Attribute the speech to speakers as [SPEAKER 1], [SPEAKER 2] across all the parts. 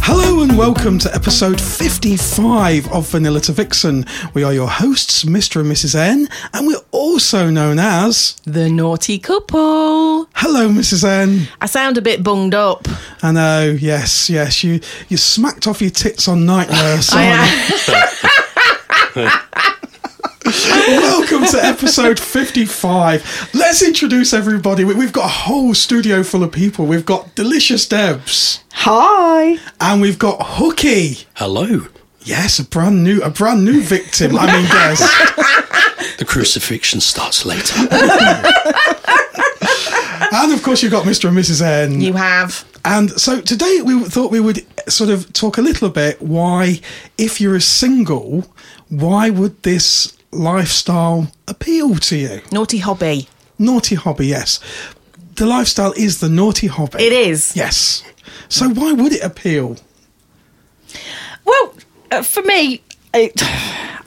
[SPEAKER 1] Hello and welcome to episode 55 of Vanilla to Vixen. We are your hosts, Mr. and Mrs. N, and we're also known as
[SPEAKER 2] The naughty couple.
[SPEAKER 1] Hello, Mrs. N.
[SPEAKER 2] I sound a bit bunged up.
[SPEAKER 1] I know, yes, yes, you you smacked off your tits on night nurse.
[SPEAKER 2] I
[SPEAKER 1] aren't
[SPEAKER 2] am.
[SPEAKER 1] you? welcome to episode 55. Let's introduce everybody. We- We've got a whole studio full of people. We've got Delicious Debs,
[SPEAKER 3] Hi.
[SPEAKER 1] and we've got Hooky.
[SPEAKER 4] Hello.
[SPEAKER 1] Yes, a brand new, a brand new victim. I mean, guest.
[SPEAKER 4] The crucifixion starts later.
[SPEAKER 1] And of course, you've got Mr. and Mrs. N.
[SPEAKER 2] You have.
[SPEAKER 1] And so today we thought we would sort of talk a little bit why, if you're a single, why would this lifestyle appeal to you?
[SPEAKER 2] Naughty hobby.
[SPEAKER 1] Naughty hobby, yes. The lifestyle is the naughty hobby.
[SPEAKER 2] It is.
[SPEAKER 1] Yes. So why would it appeal?
[SPEAKER 3] Well, uh, for me, it,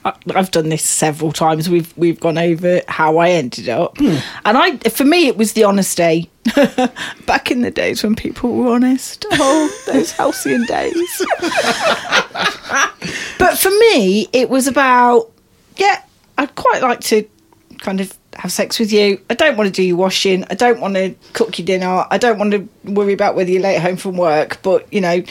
[SPEAKER 3] I- I've done this several times. We've we've gone over how I ended up, and I for me it was the honesty. Back in the days when people were honest, oh those halcyon days. but for me, it was about yeah. I'd quite like to kind of have sex with you. I don't want to do your washing. I don't want to cook your dinner. I don't want to worry about whether you're late home from work. But you know,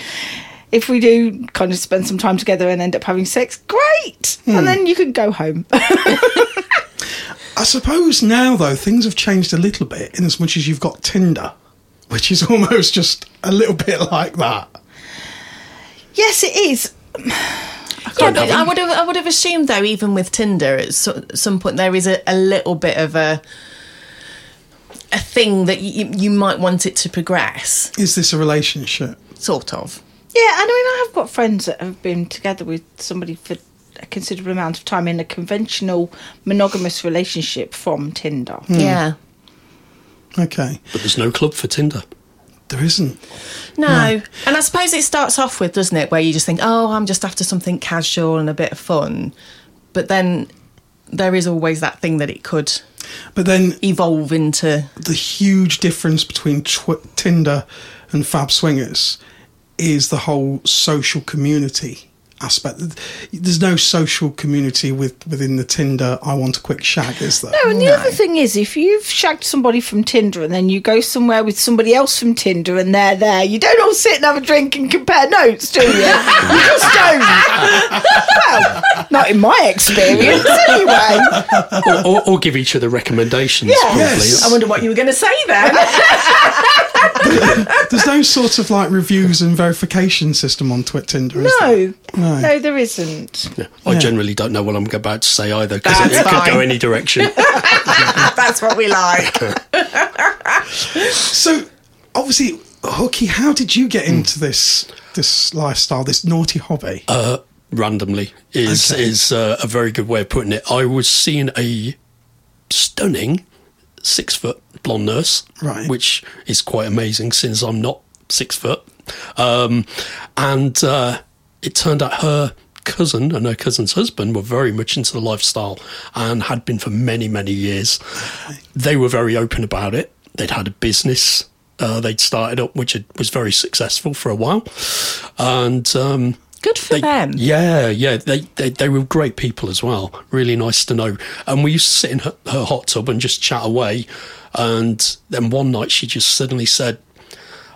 [SPEAKER 3] if we do kind of spend some time together and end up having sex, great. And then you can go home.
[SPEAKER 1] I suppose now, though, things have changed a little bit in as much as you've got Tinder, which is almost just a little bit like that.
[SPEAKER 3] yes, it is.
[SPEAKER 2] Yeah, but I would have. I would have assumed though, even with Tinder, at so, some point there is a, a little bit of a a thing that you, you might want it to progress,
[SPEAKER 1] Is this a relationship?
[SPEAKER 2] sort of.
[SPEAKER 3] Yeah, and I mean, I have got friends that have been together with somebody for a considerable amount of time in a conventional monogamous relationship from Tinder.
[SPEAKER 2] Yeah.
[SPEAKER 1] Okay.
[SPEAKER 4] But there's no club for Tinder.
[SPEAKER 1] There isn't.
[SPEAKER 2] No. And I suppose it starts off with, doesn't it, where you just think, oh, I'm just after something casual and a bit of fun. But then there is always that thing that it could
[SPEAKER 1] But then
[SPEAKER 2] evolve into.
[SPEAKER 1] the huge difference between tw- Tinder and Fab Swingers is the whole social community aspect. There's no social community with within the Tinder. I want a quick shag, is there?
[SPEAKER 3] No, Oh, and the other thing is, if you've shagged somebody from Tinder and then you go somewhere with somebody else from Tinder and they're there, you don't all sit and have a drink and compare notes, do you? you just don't. well, not in my experience, anyway.
[SPEAKER 4] Or, or, or give each other recommendations, probably.
[SPEAKER 1] Yes.
[SPEAKER 2] I wonder what you were going to say then.
[SPEAKER 1] There's no sort of like reviews and verification system on Twitter Tinder. Is there?
[SPEAKER 3] No, no, there isn't.
[SPEAKER 4] Yeah. I generally don't know what I'm about to say either because it,
[SPEAKER 2] That's
[SPEAKER 4] it could
[SPEAKER 2] fine.
[SPEAKER 4] go any direction.
[SPEAKER 2] That's what we like.
[SPEAKER 1] So obviously, Hooky, how did you get into this this lifestyle, this naughty hobby?
[SPEAKER 4] randomly is
[SPEAKER 1] Okay.
[SPEAKER 4] is uh, a very good way of putting it. I was seeing a stunning six foot blonde nurse,
[SPEAKER 1] Right.
[SPEAKER 4] which is quite amazing since I'm not six foot. Um, and uh, it turned out her cousin and her cousin's husband were very much into the lifestyle and had been for many many years. They were very open about it. They'd had a business. Uh, they'd started up, which had- was very successful for a while, and um,
[SPEAKER 2] Good for
[SPEAKER 4] they-
[SPEAKER 2] them.
[SPEAKER 4] Yeah, yeah. They, they they were great people as well. Really nice to know. And we used to sit in her, her hot tub and just chat away. And then one night she just suddenly said,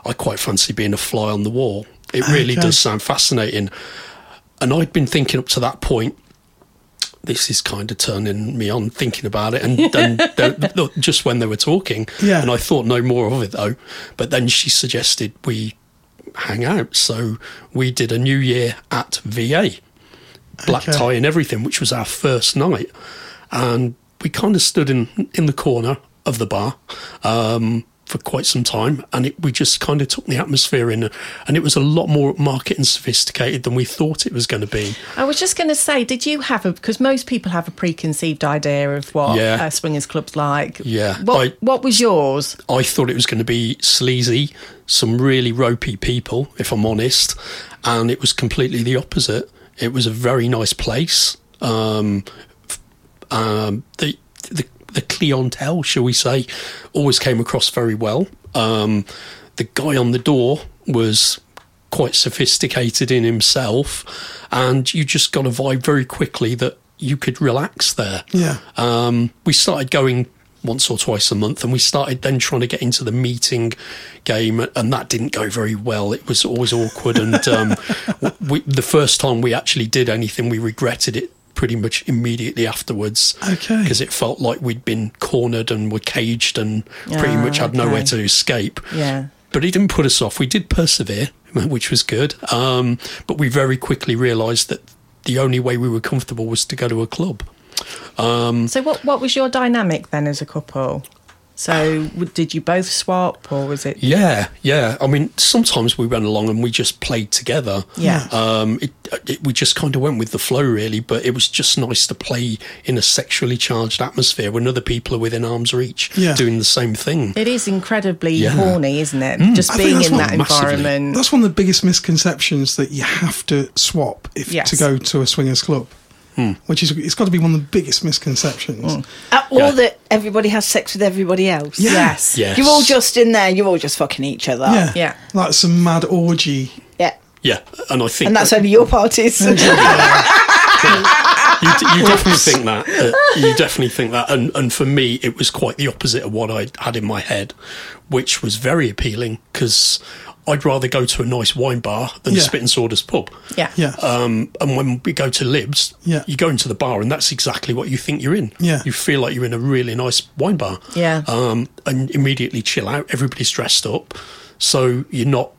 [SPEAKER 4] I quite fancy being a fly on the wall. It really
[SPEAKER 1] Ah, Okay.
[SPEAKER 4] does sound fascinating. And I'd been thinking up to that point, this is kind of turning me on thinking about it. And then the- the- just when they were talking,
[SPEAKER 1] Yeah.
[SPEAKER 4] and I thought no more of it though. But then she suggested we hang out. So we did a New Year at VA, black
[SPEAKER 1] Okay.
[SPEAKER 4] tie and everything, which was our first night. And we kind of stood in, in the corner of the bar. Um, for quite some time, and it, we just kind of took the atmosphere in, and it was a lot more market and sophisticated than we thought it was going to be.
[SPEAKER 2] I was just going to say, did you have a? Because most people have a preconceived idea of what
[SPEAKER 4] Yeah.
[SPEAKER 2] a swingers club's like.
[SPEAKER 4] Yeah.
[SPEAKER 2] What
[SPEAKER 4] I-
[SPEAKER 2] What was yours?
[SPEAKER 4] I thought it was going to be sleazy, some really ropey people, if I'm honest, and it was completely the opposite. It was a very nice place. Um, f- um, the, the the clientele, shall we say, always came across very well. Um, the guy on the door was quite sophisticated in himself, and you just got a vibe very quickly that you could relax there
[SPEAKER 1] Yeah.
[SPEAKER 4] um, we started going once or twice a month and we started then trying to get into the meeting game and that didn't go very well it was always awkward and um, w- we, the first time we actually did anything we regretted it pretty much immediately afterwards
[SPEAKER 1] Okay.
[SPEAKER 4] because it felt like we'd been cornered and were caged and pretty
[SPEAKER 2] Ah,
[SPEAKER 4] much had nowhere
[SPEAKER 2] okay.
[SPEAKER 4] to escape
[SPEAKER 2] Yeah.
[SPEAKER 4] but he didn't put us off. We did persevere, which was good. Um, but we very quickly realised that the only way we were comfortable was to go to a club. Mm.
[SPEAKER 2] So what What was your dynamic then as a couple? So w- did you both swap, or was it?
[SPEAKER 4] Yeah, yeah. I mean, sometimes we went along and we just played together.
[SPEAKER 2] Yeah.
[SPEAKER 4] Um, it, it, we just kind of went with the flow, really. But it was just nice to play in a sexually charged atmosphere when other people are within arm's reach
[SPEAKER 1] Yeah.
[SPEAKER 4] doing the same thing.
[SPEAKER 2] It is incredibly
[SPEAKER 4] Yeah. Mm.
[SPEAKER 2] horny, isn't it? Just
[SPEAKER 1] I think
[SPEAKER 2] being
[SPEAKER 1] that's
[SPEAKER 2] in
[SPEAKER 1] what-
[SPEAKER 2] that
[SPEAKER 4] massively.
[SPEAKER 2] environment.
[SPEAKER 1] That's one of the biggest misconceptions that you have to swap if
[SPEAKER 2] Yes.
[SPEAKER 1] to go to a swingers club, which is it's got to be one of the biggest misconceptions.
[SPEAKER 3] Uh, or
[SPEAKER 4] Yeah.
[SPEAKER 3] that everybody has sex with everybody else.
[SPEAKER 1] Yeah.
[SPEAKER 2] Yes.
[SPEAKER 4] Yes.
[SPEAKER 3] You're all just in there. You're all just fucking each other.
[SPEAKER 1] Yeah.
[SPEAKER 2] Uh, Yeah.
[SPEAKER 1] Like some mad orgy.
[SPEAKER 3] Yeah.
[SPEAKER 4] Yeah, and I think
[SPEAKER 3] And that's only your parties.
[SPEAKER 4] you, you definitely think that. Uh, you definitely think that. And and for me, it was quite the opposite of what I had in my head, which was very appealing because I'd rather go to a nice wine bar than
[SPEAKER 1] Yeah.
[SPEAKER 4] Spit and Sawdust pub.
[SPEAKER 2] Yeah.
[SPEAKER 1] Yeah.
[SPEAKER 4] Um, and when we go to Libs,
[SPEAKER 1] Yeah.
[SPEAKER 4] you go into the bar, and that's exactly what you think you're in.
[SPEAKER 1] Yeah.
[SPEAKER 4] You feel like you're in a really nice wine bar.
[SPEAKER 2] Yeah.
[SPEAKER 4] Um, and immediately chill out. Everybody's dressed up, so you're not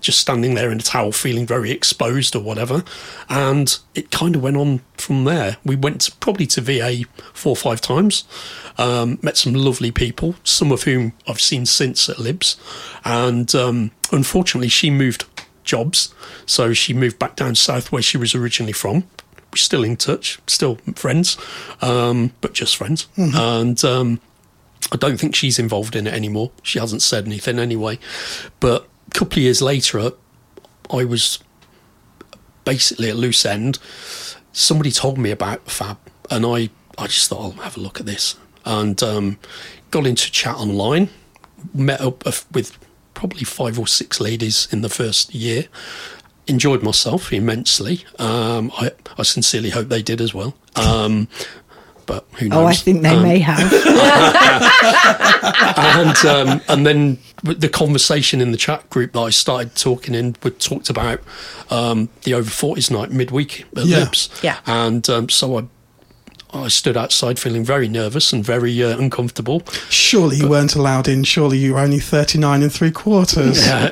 [SPEAKER 4] just standing there in a towel, feeling very exposed or whatever. And it kind of went on from there. We went to, probably to VA four or five times, um, met some lovely people, some of whom I've seen since at Libs. And um, unfortunately, she moved jobs. So she moved back down south where she was originally from. We're still in touch, still friends, um, but just friends. And um, I don't think she's involved in it anymore. She hasn't said anything anyway. But a couple of years later, I was basically at loose end. Somebody told me about Fab, and I, I just thought, I'll have a look at this. And um, got into chat online, met up of- with probably five or six ladies in the first year. Enjoyed myself immensely. Um, I, I sincerely hope they did as well. Um, but who knows?
[SPEAKER 3] oh, I think they may have.
[SPEAKER 4] and um, and then with the conversation in the chat group that I started talking in, we talked about um, the over forties night midweek at
[SPEAKER 1] Yeah.
[SPEAKER 4] Lips.
[SPEAKER 2] Yeah.
[SPEAKER 4] and um, so I. I stood outside feeling very nervous and very uh, uncomfortable.
[SPEAKER 1] Surely you weren't allowed in. Surely you were only 39 and three quarters.
[SPEAKER 4] Uh,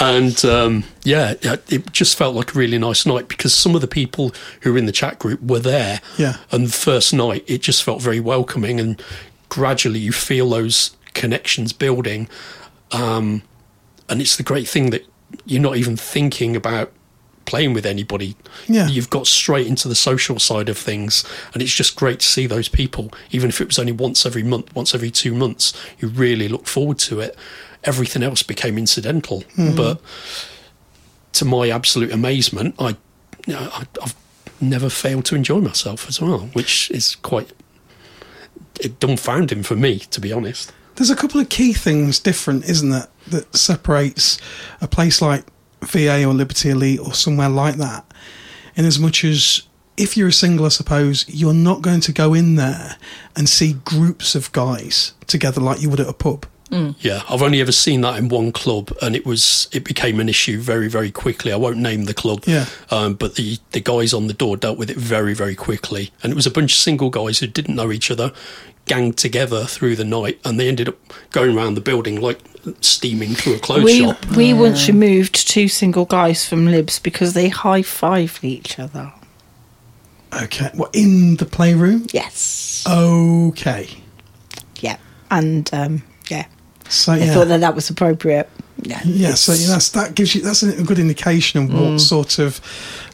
[SPEAKER 4] and um, yeah, yeah, it just felt like a really nice night because some of the people who were in the chat group were there.
[SPEAKER 1] Yeah.
[SPEAKER 4] And the first night, it just felt very welcoming, and gradually you feel those connections building. Um, and it's the great thing that you're not even thinking about playing with anybody.
[SPEAKER 1] Yeah.
[SPEAKER 4] You've got straight into the social side of things, and it's just great to see those people, even if it was only once every month, once every two months. You really look forward to it. Everything else became incidental, but to my absolute amazement, I, you know, I I've never failed to enjoy myself as well, which is quite it dumbfounding for me, to be honest.
[SPEAKER 1] There's a couple of key things different, isn't there, that separates a place like VA or Liberty Elite or somewhere like that. In as much as if you're a single, I suppose, you're not going to go in there and see groups of guys together like you would at a pub.
[SPEAKER 4] Yeah, I've only ever seen that in one club, and it was it became an issue very very quickly. I won't name the club,
[SPEAKER 1] Yeah.
[SPEAKER 4] um, but the the guys on the door dealt with it very very quickly, and it was a bunch of single guys who didn't know each other, ganged together through the night, and they ended up going around the building like steaming through a clothes
[SPEAKER 3] we
[SPEAKER 4] shop.
[SPEAKER 3] we once removed two single guys from Libs because they high fived each other.
[SPEAKER 1] Okay. What in the playroom?
[SPEAKER 3] Yes.
[SPEAKER 1] Okay.
[SPEAKER 3] Yeah. And um, yeah,
[SPEAKER 1] So
[SPEAKER 3] they
[SPEAKER 1] yeah.
[SPEAKER 3] thought that that was appropriate. Yeah.
[SPEAKER 1] yeah, so that's, that gives you that's a good indication of
[SPEAKER 3] Mm.
[SPEAKER 1] what sort of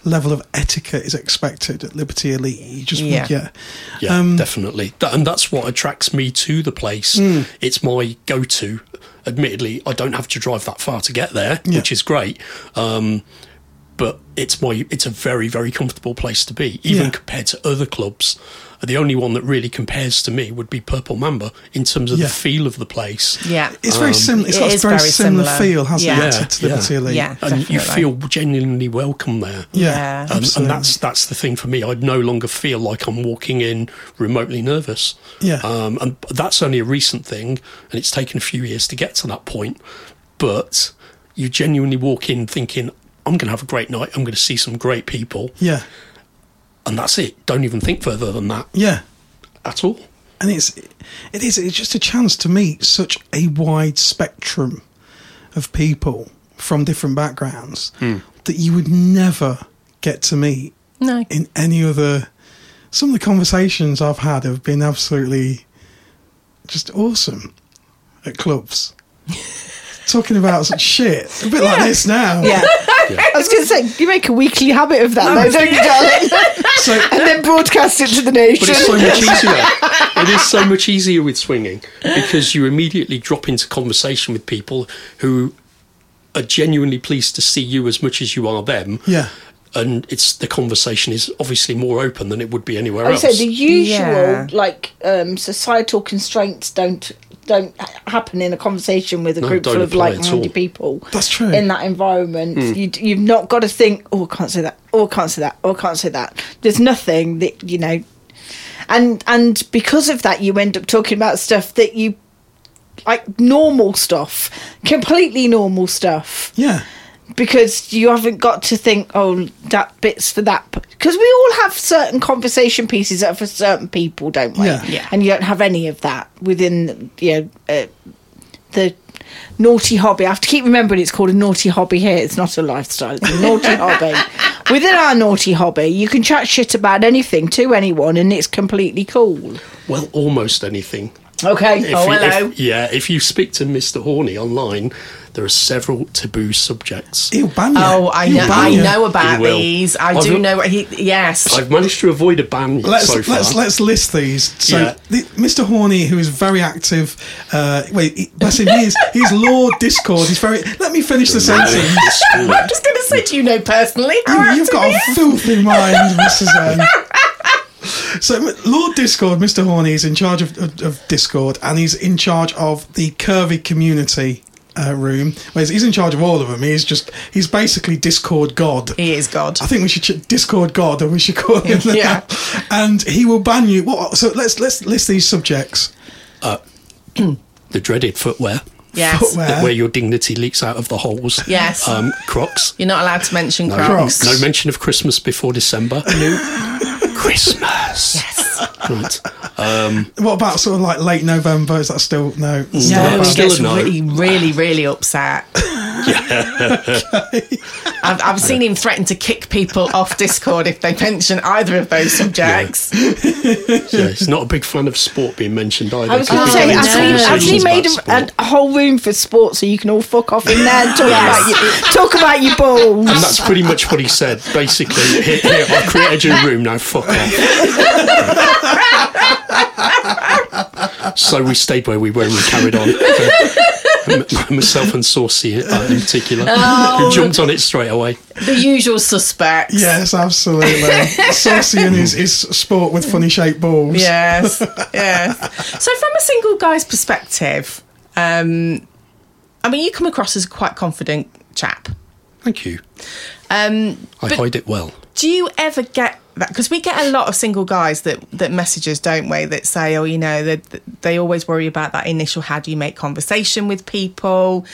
[SPEAKER 1] level of etiquette is expected at Liberty Elite. You just
[SPEAKER 2] Yeah.
[SPEAKER 1] yeah, yeah.
[SPEAKER 4] Yeah,
[SPEAKER 1] Um,
[SPEAKER 4] definitely. That, and that's what attracts me to the place.
[SPEAKER 1] Hmm.
[SPEAKER 4] It's my go to. Admittedly, I don't have to drive that far to get there,
[SPEAKER 1] Yeah.
[SPEAKER 4] which is great. Um, but it's my it's a very very comfortable place to be, even
[SPEAKER 1] Yeah.
[SPEAKER 4] compared to other clubs. The only one that really compares to me would be Purple Mamba in terms of
[SPEAKER 1] Yeah.
[SPEAKER 4] the feel of the place.
[SPEAKER 2] Yeah.
[SPEAKER 1] It's very similar. It's
[SPEAKER 2] it
[SPEAKER 1] got a
[SPEAKER 2] is
[SPEAKER 1] very,
[SPEAKER 2] very
[SPEAKER 1] similar,
[SPEAKER 2] similar.
[SPEAKER 1] feel, hasn't
[SPEAKER 2] Yeah.
[SPEAKER 1] it, to-
[SPEAKER 4] Yeah,
[SPEAKER 1] to Liberty
[SPEAKER 4] yeah.
[SPEAKER 1] Elite?
[SPEAKER 2] Yeah.
[SPEAKER 4] and you
[SPEAKER 2] definitely.
[SPEAKER 4] feel genuinely welcome there.
[SPEAKER 2] Yeah.
[SPEAKER 1] yeah,
[SPEAKER 4] Um, and
[SPEAKER 1] absolutely.
[SPEAKER 4] that's that's the thing for me. I no longer feel like I'm walking in remotely nervous.
[SPEAKER 1] Yeah.
[SPEAKER 4] Um, and that's only a recent thing, and it's taken a few years to get to that point. But you genuinely walk in thinking, "I'm going to have a great night. I'm going to see some great people,"
[SPEAKER 1] yeah,
[SPEAKER 4] and that's it. Don't even think further than that
[SPEAKER 1] yeah.
[SPEAKER 4] at all.
[SPEAKER 1] and it's it is it's just a chance to meet such a wide spectrum of people from different backgrounds that you would never get to meet
[SPEAKER 2] No.
[SPEAKER 1] in any other some of the conversations I've had have been absolutely just awesome at clubs talking about such shit a bit like this now
[SPEAKER 3] Yeah. I was going to say, you make a weekly habit of that, though, don't you, darling?
[SPEAKER 1] so
[SPEAKER 3] and then broadcast it to the nation.
[SPEAKER 4] But it's so much easier. it is so much easier with swinging because you immediately drop into conversation with people who are genuinely pleased to see you as much as you are them.
[SPEAKER 1] Yeah.
[SPEAKER 4] And it's the conversation is obviously more open than it would be anywhere
[SPEAKER 2] Oh,
[SPEAKER 3] I would
[SPEAKER 4] else.
[SPEAKER 3] say the usual
[SPEAKER 2] Yeah.
[SPEAKER 3] like um, societal constraints don't don't ha- happen in a conversation with a
[SPEAKER 4] No,
[SPEAKER 3] group
[SPEAKER 4] don't
[SPEAKER 3] full of
[SPEAKER 4] apply at
[SPEAKER 3] like-minded
[SPEAKER 4] all. Hmm.
[SPEAKER 3] people.
[SPEAKER 1] That's true.
[SPEAKER 3] In that environment, you d- you've not got to think. Oh, I can't say that. Oh, I can't say that. Oh, I can't say that. There's nothing that you know, and and because of that, you end up talking about stuff that you like normal stuff, completely normal stuff
[SPEAKER 1] yeah
[SPEAKER 3] because you haven't got to think, oh, that bit's for that. Because we all have certain conversation pieces that are for certain people, don't we?
[SPEAKER 1] Yeah.
[SPEAKER 2] Yeah.
[SPEAKER 3] And you don't have any of that within, you know, uh, the naughty hobby. I have to keep remembering it's called a naughty hobby here. It's not a lifestyle. It's a naughty hobby. Within our naughty hobby, you can chat shit about anything to anyone, and it's completely cool.
[SPEAKER 4] well, almost anything.
[SPEAKER 3] Okay.
[SPEAKER 4] If
[SPEAKER 2] Oh,
[SPEAKER 4] you- if-
[SPEAKER 2] hello.
[SPEAKER 4] yeah, if you speak to Mr. Horney online, there are several taboo subjects.
[SPEAKER 1] he'll ban you
[SPEAKER 2] Oh, I
[SPEAKER 1] He'll
[SPEAKER 2] know,
[SPEAKER 1] ban
[SPEAKER 2] I
[SPEAKER 1] you.
[SPEAKER 2] know about
[SPEAKER 4] He will.
[SPEAKER 2] these. I
[SPEAKER 4] I've
[SPEAKER 2] do
[SPEAKER 4] got-
[SPEAKER 2] know. He, yes.
[SPEAKER 4] I've managed to avoid a ban
[SPEAKER 1] let's
[SPEAKER 4] so far.
[SPEAKER 1] let's let's list these. So,
[SPEAKER 4] Yeah.
[SPEAKER 1] the, Mr. Horney, who is very active, uh, wait, he- bless him, he's he's Lord Discord. He's very. Let me finish the sentence.
[SPEAKER 2] I'm just going to say, do you know personally?
[SPEAKER 1] You, you've got a filthy mind, Mrs. Zane. So, M- Lord Discord, Mr. Horney is in charge of, of, of Discord, and he's in charge of the Curvy Community uh, room. Well, he's, he's in charge of all of them. He's just he's basically Discord God.
[SPEAKER 2] He is God.
[SPEAKER 1] I think we should ch- Discord God, or we should call him that.
[SPEAKER 2] Yeah.
[SPEAKER 1] And he will ban you. What? So let's let's list these subjects.
[SPEAKER 4] the dreaded footwear.
[SPEAKER 2] Yes.
[SPEAKER 1] Footwear.
[SPEAKER 4] that- Where your dignity leaks out of the holes.
[SPEAKER 2] Yes.
[SPEAKER 4] Um, crocs.
[SPEAKER 2] You're not allowed to mention Crocs.
[SPEAKER 1] Crocs.
[SPEAKER 4] No mention of Christmas before December. Christmas.
[SPEAKER 2] Yes.
[SPEAKER 4] Right.
[SPEAKER 1] What about sort of like late November? Is that still no? it's still
[SPEAKER 4] No,
[SPEAKER 2] No,
[SPEAKER 1] banned.
[SPEAKER 2] he
[SPEAKER 4] Still
[SPEAKER 2] gets
[SPEAKER 4] a no.
[SPEAKER 2] really, really, really upset. I've, I've seen him threaten to kick people off Discord if they mention either of those subjects.
[SPEAKER 4] Yeah, he's not a big fan of sport being mentioned either.
[SPEAKER 3] I was going
[SPEAKER 2] Oh,
[SPEAKER 3] to
[SPEAKER 4] Keep
[SPEAKER 3] say,
[SPEAKER 4] having
[SPEAKER 2] no.
[SPEAKER 3] actually,
[SPEAKER 4] conversations
[SPEAKER 3] actually
[SPEAKER 4] about
[SPEAKER 3] made
[SPEAKER 4] sport.
[SPEAKER 3] a, a whole room for sports so you can all fuck off in there and talk, about, your, talk about your balls.
[SPEAKER 4] and that's pretty much what he said. Basically, here, here, I've created your room now. Fuck off. so we stayed where we were and we carried on. M- Myself and Saucy uh, in particular, who jumped on it straight away.
[SPEAKER 2] The usual suspects.
[SPEAKER 1] Yes, absolutely. Saucy and his, his sport with funny shaped balls.
[SPEAKER 2] Yes. yes. So, from a single guy's perspective, um, I mean, you come across as a quite confident chap.
[SPEAKER 4] Thank you.
[SPEAKER 2] Um,
[SPEAKER 4] I hide it well.
[SPEAKER 2] do you ever get because we get a lot of single guys that that messages don't we that say oh you know that that they always worry about that initial how do you make conversation with people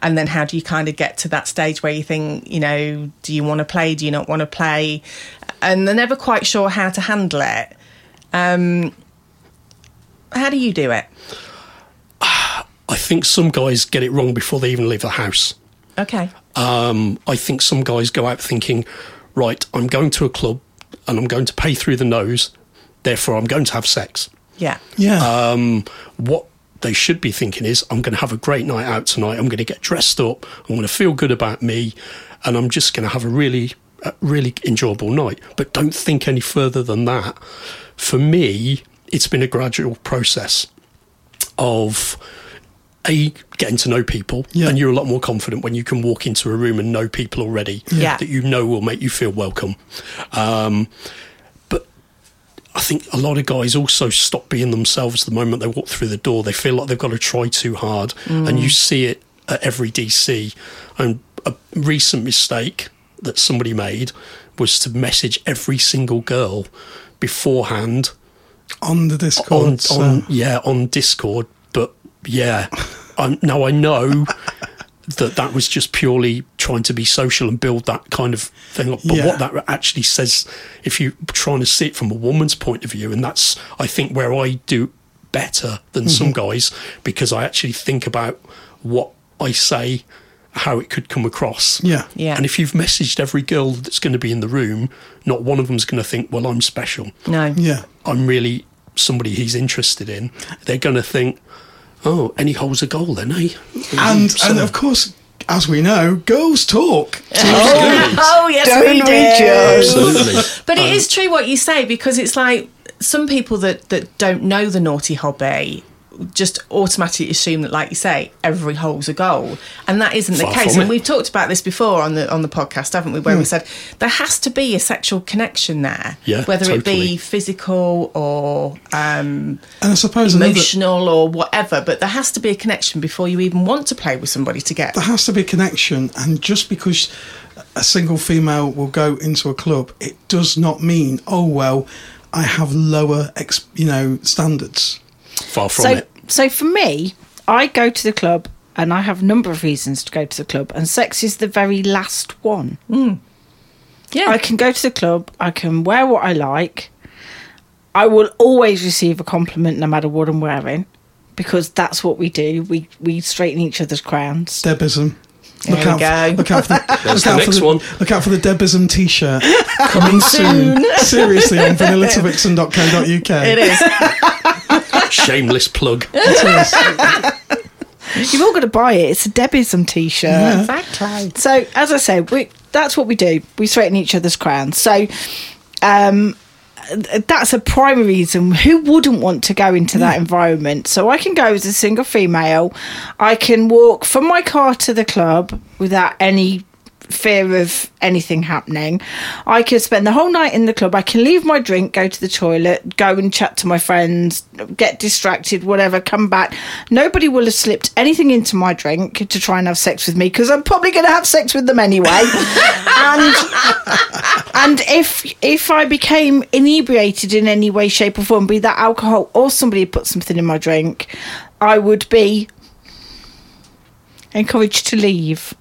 [SPEAKER 2] and then how do you kind of get to that stage where you think you know do you want to play do you not want to play and they're never quite sure how to handle it um how do you do it
[SPEAKER 4] I think some guys get it wrong before they even leave the house.
[SPEAKER 2] okay
[SPEAKER 4] Um, I think some guys go out thinking, right, I'm going to a club and I'm going to pay through the nose, therefore I'm going to have sex.
[SPEAKER 2] yeah
[SPEAKER 1] Yeah.
[SPEAKER 4] Um, what they should be thinking is, I'm going to have a great night out tonight. I'm going to get dressed up. I'm going to feel good about me, and I'm just going to have a really, a really enjoyable night. But don't think any further than that. For me, it's been a gradual process of a getting to know people
[SPEAKER 1] Yeah.
[SPEAKER 4] and you're a lot more confident when you can walk into a room and know people already
[SPEAKER 2] Yeah.
[SPEAKER 4] that you know will make you feel welcome um, but i think a lot of guys also stop being themselves the moment they walk through the door they feel like they've got to try too hard and you see it at every dc and a recent mistake that somebody made was to message every single girl beforehand
[SPEAKER 1] on the Discord.
[SPEAKER 4] on,
[SPEAKER 1] so-
[SPEAKER 4] on yeah on Discord. But yeah, i now I know that that was just purely trying to be social and build that kind of thing up. But
[SPEAKER 1] Yeah.
[SPEAKER 4] what that actually says, if you're trying to see it from a woman's point of view, and that's I think where I do better than
[SPEAKER 1] Mm-hmm.
[SPEAKER 4] some guys because I actually think about what I say, how it could come across.
[SPEAKER 1] yeah.
[SPEAKER 2] Yeah.
[SPEAKER 4] And if you've messaged every girl that's going to be in the room, not one of them's going to think, well, I'm special.
[SPEAKER 2] no
[SPEAKER 1] Yeah.
[SPEAKER 4] I'm really somebody he's interested in, they're going to think, oh, any hole's a goal then, eh?
[SPEAKER 1] And
[SPEAKER 4] So-
[SPEAKER 1] and of course, as we know, girls talk.
[SPEAKER 2] oh yes we
[SPEAKER 3] Don't
[SPEAKER 2] do
[SPEAKER 3] we just?
[SPEAKER 4] Absolutely. Um,
[SPEAKER 2] But it is true what you say because it's like some people that that don't know the naughty hobby just automatically assume that, like you say, every hole's a goal, and that isn't
[SPEAKER 4] Far
[SPEAKER 2] the case.
[SPEAKER 4] from
[SPEAKER 2] And
[SPEAKER 4] it. Hmm.
[SPEAKER 2] we've talked about this before on the on the podcast, haven't we? Where we said there has to be a sexual connection there,
[SPEAKER 4] Yeah,
[SPEAKER 2] whether it
[SPEAKER 4] totally.
[SPEAKER 2] be physical or um,
[SPEAKER 1] And I suppose another,
[SPEAKER 2] emotional or whatever. But there has to be a connection before you even want to play with somebody to get.
[SPEAKER 1] there has to be a connection. And just because a single female will go into a club, it does not mean oh well, I have lower ex- you know standards.
[SPEAKER 4] Far from
[SPEAKER 3] So,
[SPEAKER 4] it.
[SPEAKER 3] so for me, I go to the club and I have a number of reasons to go to the club, and sex is the very last one.
[SPEAKER 4] Hmm.
[SPEAKER 2] Yeah,
[SPEAKER 3] I can go to the club, I can wear what I like, I will always receive a compliment no matter what I'm wearing. Because that's what we do. We we straighten each other's crowns.
[SPEAKER 1] Debism.
[SPEAKER 2] There we
[SPEAKER 1] out,
[SPEAKER 2] go.
[SPEAKER 1] For, look out for the, look
[SPEAKER 4] There's the
[SPEAKER 1] out for
[SPEAKER 4] next
[SPEAKER 1] the,
[SPEAKER 4] one.
[SPEAKER 1] Look out for the Debism t-shirt coming soon. Seriously on vanillatavixen.co.uk.
[SPEAKER 2] it is.
[SPEAKER 4] Shameless plug.
[SPEAKER 3] You've all got to buy it. It's a Debism T-shirt.
[SPEAKER 2] exactly.
[SPEAKER 3] So, as I said, we, that's what we do. We straighten each other's crowns. So, um, th- that's a primary reason. Who wouldn't want to go into that environment? So, I can go as a single female. I can walk from my car to the club without any fear of anything happening. I could spend the whole night in the club. I can leave my drink, go to the toilet, go and chat to my friends, get distracted, whatever, come back. Nobody will have slipped anything into my drink to try and have sex with me because I'm probably going to have sex with them anyway. and and if if I became inebriated in any way, shape or form, be that alcohol or somebody had put something in my drink, I would be encouraged to leave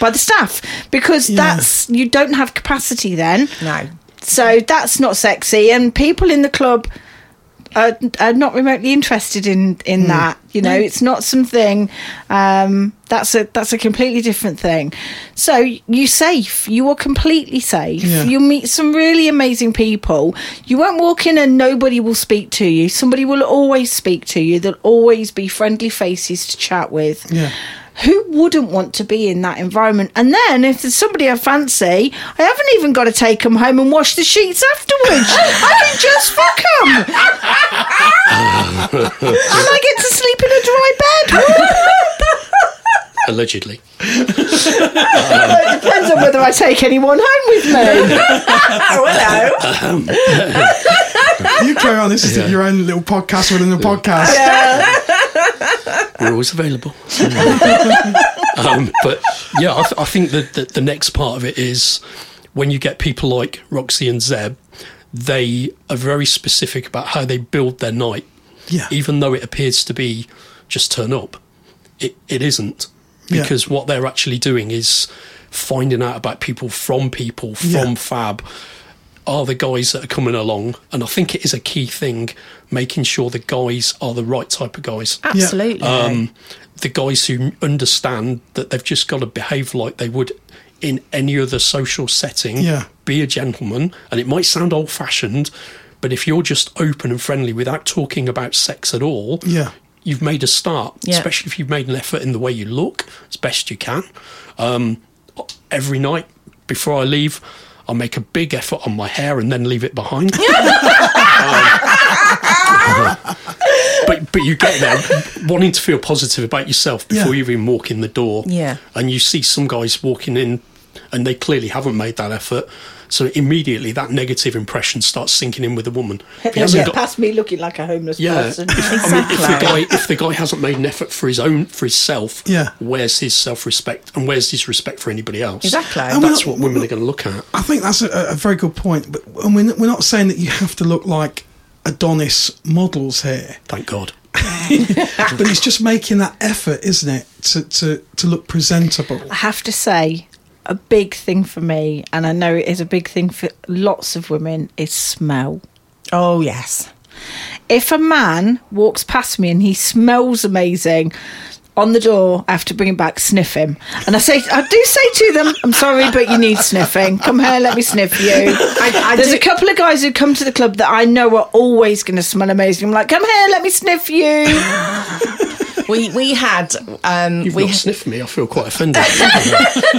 [SPEAKER 3] by the staff because
[SPEAKER 1] Yeah.
[SPEAKER 3] that's you don't have capacity then.
[SPEAKER 2] No.
[SPEAKER 3] So that's not sexy, and people in the club are, are not remotely interested in in that. You know, it's not something. Um, that's a that's a completely different thing. So you're safe. You are completely safe.
[SPEAKER 1] Yeah.
[SPEAKER 3] You'll meet some really amazing people. You won't walk in and nobody will speak to you. Somebody will always speak to you. There'll always be friendly faces to chat with
[SPEAKER 1] Yeah.
[SPEAKER 3] who wouldn't want to be in that environment? And then if there's somebody I fancy, I haven't even got to take them home and wash the sheets afterwards. I can just fuck them. and I get to sleep in a dry bed.
[SPEAKER 4] Allegedly.
[SPEAKER 3] it depends on whether I take anyone home with me.
[SPEAKER 2] Hello.
[SPEAKER 1] You carry on. This is
[SPEAKER 4] Yeah.
[SPEAKER 1] your own little podcast within a podcast.
[SPEAKER 4] We're always available. um, but yeah, I, th- I think that the, the next part of it is when you get people like Roxy and Zeb, they are very specific about how they build their night.
[SPEAKER 1] Yeah.
[SPEAKER 4] Even though it appears to be just turn up, it, it isn't.
[SPEAKER 1] Yeah.
[SPEAKER 4] Because what they're actually doing is finding out about people from people, from
[SPEAKER 1] Yeah.
[SPEAKER 4] Fab, are the guys that are coming along. And I think it is a key thing making sure the guys are the right type of guys
[SPEAKER 2] Absolutely.
[SPEAKER 4] um, the guys who understand that they've just got to behave like they would in any other social setting.
[SPEAKER 1] Yeah.
[SPEAKER 4] Be a gentleman, and it might sound old fashioned, but if you're just open and friendly without talking about sex at all,
[SPEAKER 1] Yeah.
[SPEAKER 4] you've made a start,
[SPEAKER 2] Yeah.
[SPEAKER 4] especially if you've made an effort in the way you look as best you can. Um, every night before I leave, I make a big effort on my hair and then leave it behind. but but you get there wanting to feel positive about yourself before
[SPEAKER 1] Yeah.
[SPEAKER 4] you even walk in the door.
[SPEAKER 2] Yeah.
[SPEAKER 4] And you see some guys walking in and they clearly haven't made that effort. So immediately that negative impression starts sinking in with the woman. If he
[SPEAKER 3] They'll
[SPEAKER 4] hasn't
[SPEAKER 3] get
[SPEAKER 4] got-
[SPEAKER 3] past me looking like a homeless
[SPEAKER 4] yeah.
[SPEAKER 3] person.
[SPEAKER 4] I mean, if the guy if the guy hasn't made an effort for his own for himself,
[SPEAKER 1] Yeah.
[SPEAKER 4] where's his self respect and where's his respect for anybody else?
[SPEAKER 2] Exactly.
[SPEAKER 1] And we're
[SPEAKER 4] That's
[SPEAKER 1] not-
[SPEAKER 4] what women are going to look at.
[SPEAKER 1] I think that's a, a very good point. But and we're, we're not saying that you have to look like Adonis models here,
[SPEAKER 4] Thank God.
[SPEAKER 2] Ah.
[SPEAKER 1] but it's just making that effort, isn't it, to, to, to look presentable?
[SPEAKER 3] I have to say, a big thing for me, and I know it is a big thing for lots of women, is smell.
[SPEAKER 2] oh yes.
[SPEAKER 3] If a man walks past me and he smells amazing on the door, I have to bring him back, sniff him. And I say, I do say to them, I'm sorry, but you need sniffing. Come here, let me sniff you. There's
[SPEAKER 2] do-
[SPEAKER 3] a couple of guys who come to the club that I know are always going to smell amazing. I'm like, come here, let me sniff you.
[SPEAKER 2] We we had um
[SPEAKER 4] You've
[SPEAKER 2] we
[SPEAKER 4] not
[SPEAKER 2] had-
[SPEAKER 4] sniffed me. I feel quite offended.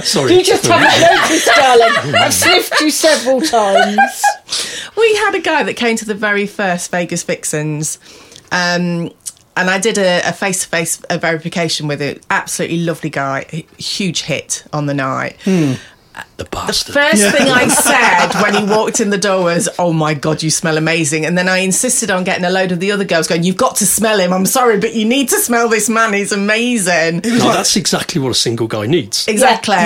[SPEAKER 4] Sorry.
[SPEAKER 3] You just haven't noticed, darling. I've sniffed you several times.
[SPEAKER 2] we had a guy that came to the very first Vegas Vixens, um, and I did a face to face verification with it. Absolutely lovely guy, h- huge hit on the night.
[SPEAKER 4] the bastard.
[SPEAKER 2] First thing I said when he walked in the door was, "Oh my god, you smell amazing!" And then I insisted on getting a load of the other girls going, "You've got to smell him. I'm sorry, but you need to smell this man. He's amazing."
[SPEAKER 4] No, that's exactly what a single guy needs.
[SPEAKER 2] Exactly.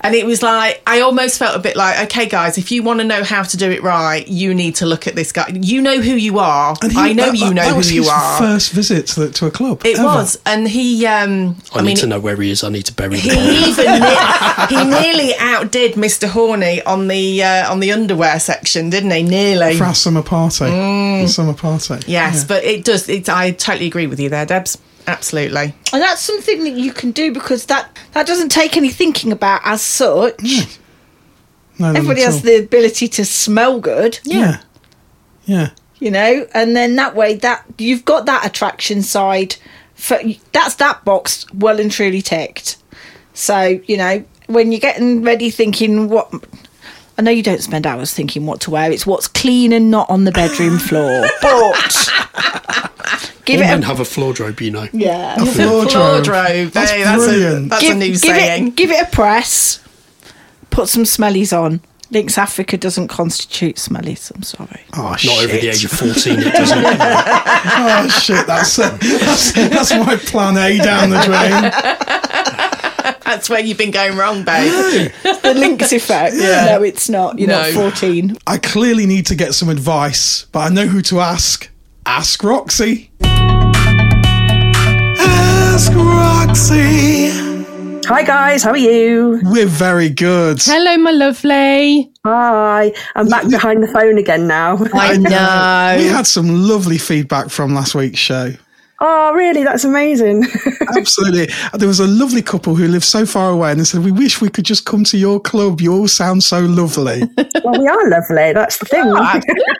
[SPEAKER 2] And it was like I almost felt a bit like, okay, guys, if you want to know how to do it right, you need to look at this guy. You know who you are.
[SPEAKER 1] And he-
[SPEAKER 2] I know
[SPEAKER 1] that-
[SPEAKER 2] you
[SPEAKER 1] that-
[SPEAKER 2] know
[SPEAKER 1] that
[SPEAKER 2] who
[SPEAKER 1] was
[SPEAKER 2] you
[SPEAKER 1] his
[SPEAKER 2] are.
[SPEAKER 1] First visit to, the, to a club.
[SPEAKER 2] it
[SPEAKER 1] ever.
[SPEAKER 2] was, and he. um
[SPEAKER 4] I, need to know where he is. I need to bury
[SPEAKER 2] He
[SPEAKER 4] him.
[SPEAKER 2] even ne- he nearly outdid Mr. Horney on the uh, on the underwear section, didn't he? Nearly.
[SPEAKER 4] Mm.
[SPEAKER 1] for our summer party. The summer party.
[SPEAKER 2] Mm. yes, but it does. It, I totally agree with you there, Debs. Absolutely.
[SPEAKER 3] And that's something that you can do because that that doesn't take any thinking about as such.
[SPEAKER 1] No, none
[SPEAKER 3] Everybody
[SPEAKER 1] at
[SPEAKER 3] has
[SPEAKER 1] all.
[SPEAKER 3] the ability to smell good,
[SPEAKER 1] yeah, yeah,
[SPEAKER 3] you know, and then that way that you've got that attraction side for that's that box well and truly ticked. So, you know, when you're getting ready thinking what I know you don't spend hours thinking what to wear, it's what's clean and not on the bedroom floor. But give
[SPEAKER 4] All
[SPEAKER 3] it
[SPEAKER 4] men
[SPEAKER 3] a
[SPEAKER 4] have a floor drobe, you know.
[SPEAKER 3] yeah.
[SPEAKER 1] Floor drove.
[SPEAKER 2] Wardrobe.
[SPEAKER 1] That's
[SPEAKER 2] hey, that's a,
[SPEAKER 1] brilliant.
[SPEAKER 2] that's a new saying.
[SPEAKER 3] It, give it a press. Put some smellies on. Lynx Africa doesn't constitute smellies. I'm sorry.
[SPEAKER 1] Oh,
[SPEAKER 4] Not
[SPEAKER 1] shit.
[SPEAKER 4] over the age of 14, it doesn't.
[SPEAKER 1] oh shit! That's, that's that's my plan A down the drain.
[SPEAKER 2] That's where you've been going wrong, babe.
[SPEAKER 3] The Lynx effect. No, it's not. You're
[SPEAKER 2] No.
[SPEAKER 3] not 14.
[SPEAKER 1] I clearly need to get some advice, but I know who to ask. Ask Roxy. Ask Roxy.
[SPEAKER 5] Hi guys, how are you?
[SPEAKER 1] We're very good.
[SPEAKER 6] Hello, my lovely.
[SPEAKER 5] Hi, I'm back behind the phone again now.
[SPEAKER 2] I know.
[SPEAKER 1] We had some lovely feedback from last week's show.
[SPEAKER 5] oh, really? That's amazing.
[SPEAKER 1] Absolutely. There was a lovely couple who lived so far away and they said, We wish we could just come to your club. You all sound so lovely.
[SPEAKER 5] well, we are lovely. That's the thing.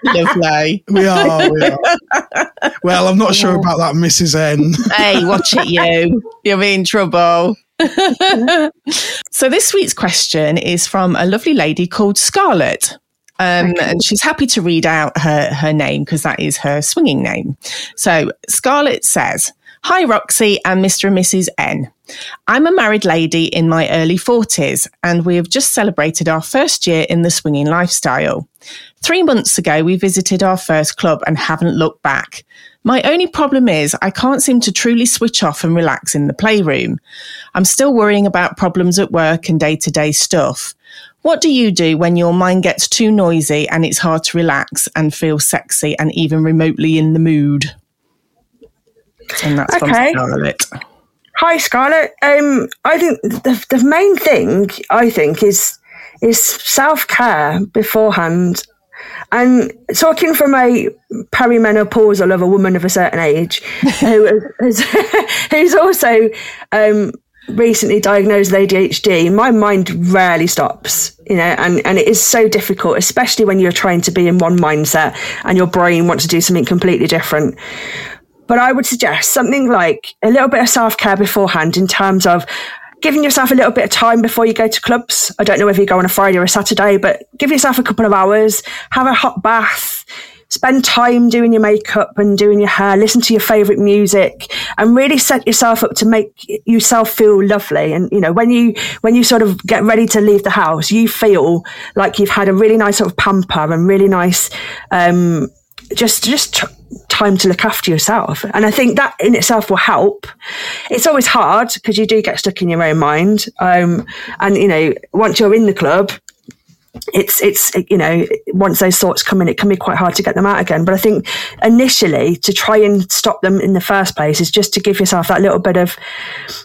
[SPEAKER 2] Lovely.
[SPEAKER 1] We are. We are. Well, I'm not sure about that, Mrs. N.
[SPEAKER 2] Hey, watch it, you. You'll be in trouble. so, this week's question is from a lovely lady called Scarlett. Um, and she's happy to read out her, her name because that is her swinging name. So, Scarlett says, Hi, Roxy and Mr. and Mrs. N. I'm a married lady in my early 40s, and we have just celebrated our first year in the swinging lifestyle. Three months ago, we visited our first club and haven't looked back. My only problem is I can't seem to truly switch off and relax in the playroom. I'm still worrying about problems at work and day to day stuff. What do you do when your mind gets too noisy and it's hard to relax and feel sexy and even remotely in the mood? And that's
[SPEAKER 5] Okay.
[SPEAKER 2] from Scarlett.
[SPEAKER 5] Hi, Scarlett. Um, I think the, the main thing I think is is self care beforehand. And talking from a perimenopausal of a woman of a certain age, who is, who's also um, recently diagnosed with ADHD, my mind rarely stops, you know, and, and it is so difficult, especially when you're trying to be in one mindset and your brain wants to do something completely different but I would suggest something like a little bit of self care beforehand in terms of giving yourself a little bit of time before you go to clubs. I don't know whether you go on a Friday or a Saturday, but give yourself a couple of hours, have a hot bath, spend time doing your makeup and doing your hair, listen to your favorite music and really set yourself up to make yourself feel lovely. And, you know, when you, when you sort of get ready to leave the house, you feel like you've had a really nice sort of pamper and really nice, um, just just t- time to look after yourself and i think that in itself will help it's always hard because you do get stuck in your own mind um and you know once you're in the club it's it's you know once those thoughts come in it can be quite hard to get them out again but i think initially to try and stop them in the first place is just to give yourself that little bit of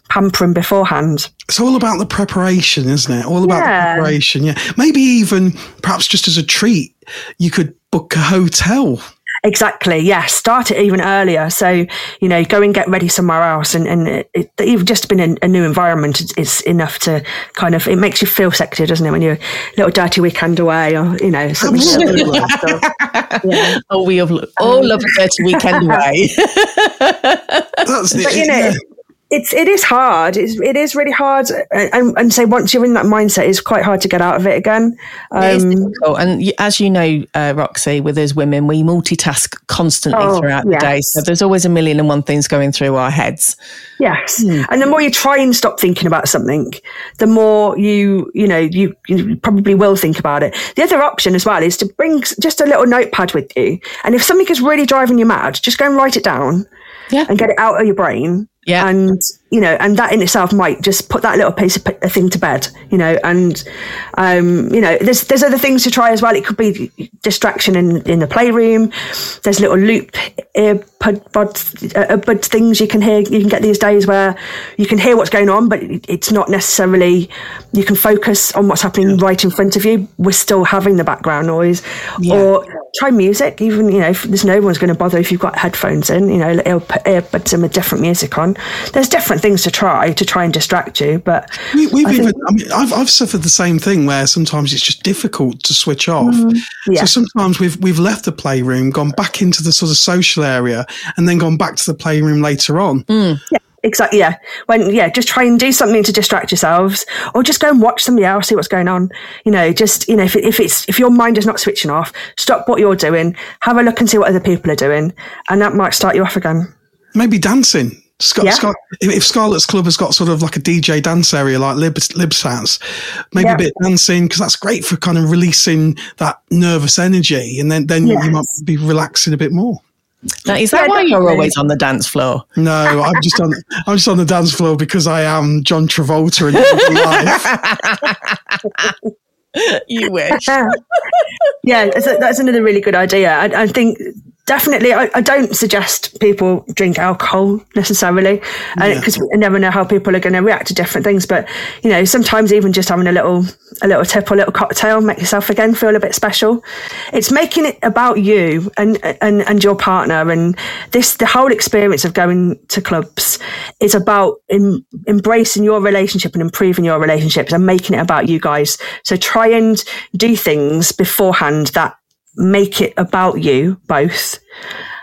[SPEAKER 5] pampering beforehand
[SPEAKER 1] It's all about the preparation, isn't it? All about
[SPEAKER 5] Yeah.
[SPEAKER 1] the preparation. Yeah. Maybe even perhaps just as a treat, you could book a hotel.
[SPEAKER 5] Exactly. Yeah. Start it even earlier. So, you know, go and get ready somewhere else. And, and it, it, you've just been in a new environment. It's, it's enough to kind of, it makes you feel sexy, doesn't it? When you're a little dirty weekend away or, you know, something.
[SPEAKER 1] Absolutely.
[SPEAKER 2] Oh, we have, all love a dirty weekend away.
[SPEAKER 1] That's the,
[SPEAKER 5] but you know,
[SPEAKER 1] yeah.
[SPEAKER 5] it's it is hard. It's, it is really hard, and, and, and so once you're in that mindset, it's quite hard to get out of it again.
[SPEAKER 2] It is
[SPEAKER 5] Um,
[SPEAKER 2] difficult. And y- as you know, uh, Roxy, with us women, we multitask constantly
[SPEAKER 5] Oh,
[SPEAKER 2] throughout the day.
[SPEAKER 5] yes.
[SPEAKER 2] So there's always a million and one things going through our heads.
[SPEAKER 5] Yes, and the more you try and stop thinking about something, the more you you know you, you probably will think about it. The other option as well is to bring s- just a little notepad with you, and if something is really driving you mad, just go and write it down,
[SPEAKER 6] Yeah.
[SPEAKER 5] and get it out of your brain.
[SPEAKER 2] Yeah.
[SPEAKER 5] and you know, and that in itself might just put that little piece of p- a thing to bed. You know, and um, you know, there's there's other things to try as well. It could be distraction in in the playroom. There's little loop earbud bud, uh, bud things you can hear. You can get these days where you can hear what's going on, but it- it's not necessarily you can focus on what's happening right in front of you. We're still having the background noise, or try music. Even you know, if there's no one's going to bother if you've got headphones in. You know, ear- earbuds in with different music on. There's different things to try to try and distract you, but
[SPEAKER 1] We, we've
[SPEAKER 5] I
[SPEAKER 1] even,
[SPEAKER 5] think-
[SPEAKER 1] I mean, I've, I've suffered the same thing where sometimes it's just difficult to switch off.
[SPEAKER 5] Mm, yeah.
[SPEAKER 1] So sometimes we've, we've left the playroom, gone back into the sort of social area and then gone back to the playroom later on.
[SPEAKER 5] Exactly. Yeah. When yeah, just try and do something to distract yourselves, or just go and watch somebody else, see what's going on. You know, just you know, if, if it's if your mind is not switching off, stop what you're doing, have a look and see what other people are doing, and that might start you off again.
[SPEAKER 1] Maybe dancing. Scar-
[SPEAKER 5] Yeah.
[SPEAKER 1] Scar- if if Scarlett's Club has got sort of like a DJ dance area like Libs, Libs has, maybe
[SPEAKER 5] Yeah.
[SPEAKER 1] a bit of dancing because that's great for kind of releasing that nervous energy and then, then you might be relaxing a bit more.
[SPEAKER 2] Now, is that
[SPEAKER 5] Yeah,
[SPEAKER 2] why you're
[SPEAKER 5] definitely.
[SPEAKER 2] always on the dance floor?
[SPEAKER 1] No, I'm just on. I'm just on the dance floor because I am John Travolta in real life.
[SPEAKER 2] You wish.
[SPEAKER 5] yeah, that's, that's another really good idea. I, I think definitely, I, I don't suggest people drink alcohol necessarily because we never know how people are going to react to different things. But you know, sometimes even just having a little, a little tip or a little cocktail, make yourself again feel a bit special. It's making it about you and and and your partner, and this the whole experience of going to clubs is about em- embracing your relationship and improving your relationships and making it about you guys. So try and do things beforehand that make it about you both.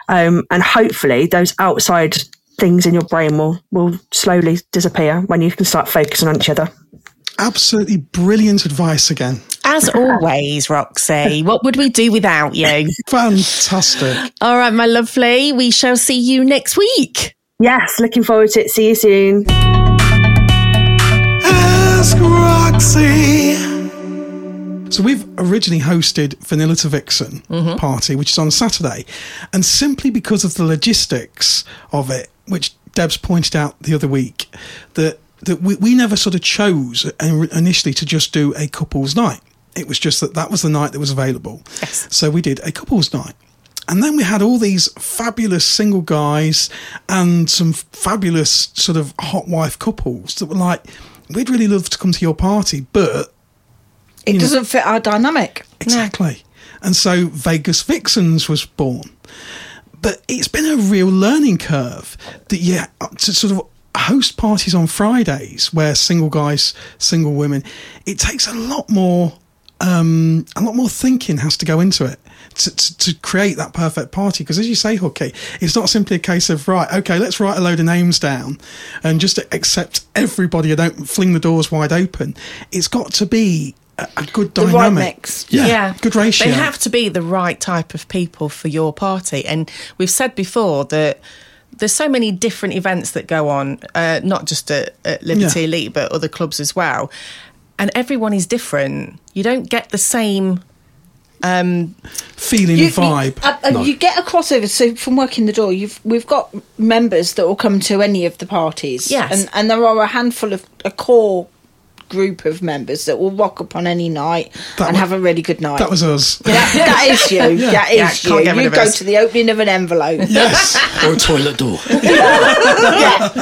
[SPEAKER 5] Um, and hopefully those outside things in your brain will, will slowly disappear when you can start focusing on each other.
[SPEAKER 1] Absolutely brilliant advice again.
[SPEAKER 2] As always, Roxy, what would we do without you?
[SPEAKER 1] Fantastic.
[SPEAKER 2] All right, my lovely, we shall see you next week.
[SPEAKER 5] Yes, looking forward to it. See you soon.
[SPEAKER 1] Ask Roxy. So we've originally hosted Vanilla to Vixen party, which is on Saturday, and simply because of the logistics of it, which Deb's pointed out the other week, that that we, we never sort of chose in- initially to just do a couple's night. It was just that that was the night that was available.
[SPEAKER 2] Yes.
[SPEAKER 1] So we did a couple's night. And then we had all these fabulous single guys and some fabulous sort of hot wife couples that were like, we'd really love to come to your party, but
[SPEAKER 3] It
[SPEAKER 1] know-
[SPEAKER 3] doesn't fit our dynamic.
[SPEAKER 1] Exactly. And so Vegas Vixens was born. But it's been a real learning curve that you to sort of host parties on Fridays where single guys, single women, it takes a lot more um, a lot more thinking has to go into it to, to, to create that perfect party. Because as you say, Hooky, it's not simply a case of, right, okay, let's write a load of names down and just accept everybody and don't fling the doors wide open. It's got to be a, a good
[SPEAKER 3] right
[SPEAKER 1] dynamic.
[SPEAKER 3] mix.
[SPEAKER 1] Yeah. Good ratio.
[SPEAKER 2] They have to be the right type of people for your party. And we've said before that there's so many different events that go on, uh, not just at, at Liberty
[SPEAKER 1] Yeah.
[SPEAKER 2] Elite, but other clubs as well. And everyone is different. You don't get the same. Um,
[SPEAKER 1] feeling
[SPEAKER 3] You-
[SPEAKER 1] and vibe.
[SPEAKER 3] You, uh, uh, you get a crossover. So from working the door, you've we've got members that will come to any of the parties.
[SPEAKER 2] Yes.
[SPEAKER 3] and and there are a handful of a core group of members that will rock up on any night
[SPEAKER 1] That
[SPEAKER 3] and
[SPEAKER 1] wa-
[SPEAKER 3] have a really good night.
[SPEAKER 1] that was us.
[SPEAKER 3] that, that is you. That
[SPEAKER 2] Yeah,
[SPEAKER 3] is
[SPEAKER 2] can't
[SPEAKER 3] you.
[SPEAKER 2] get rid
[SPEAKER 3] You
[SPEAKER 2] of
[SPEAKER 3] go
[SPEAKER 2] us.
[SPEAKER 3] to the opening of an envelope.
[SPEAKER 1] yes.
[SPEAKER 4] or a toilet door.
[SPEAKER 3] yeah.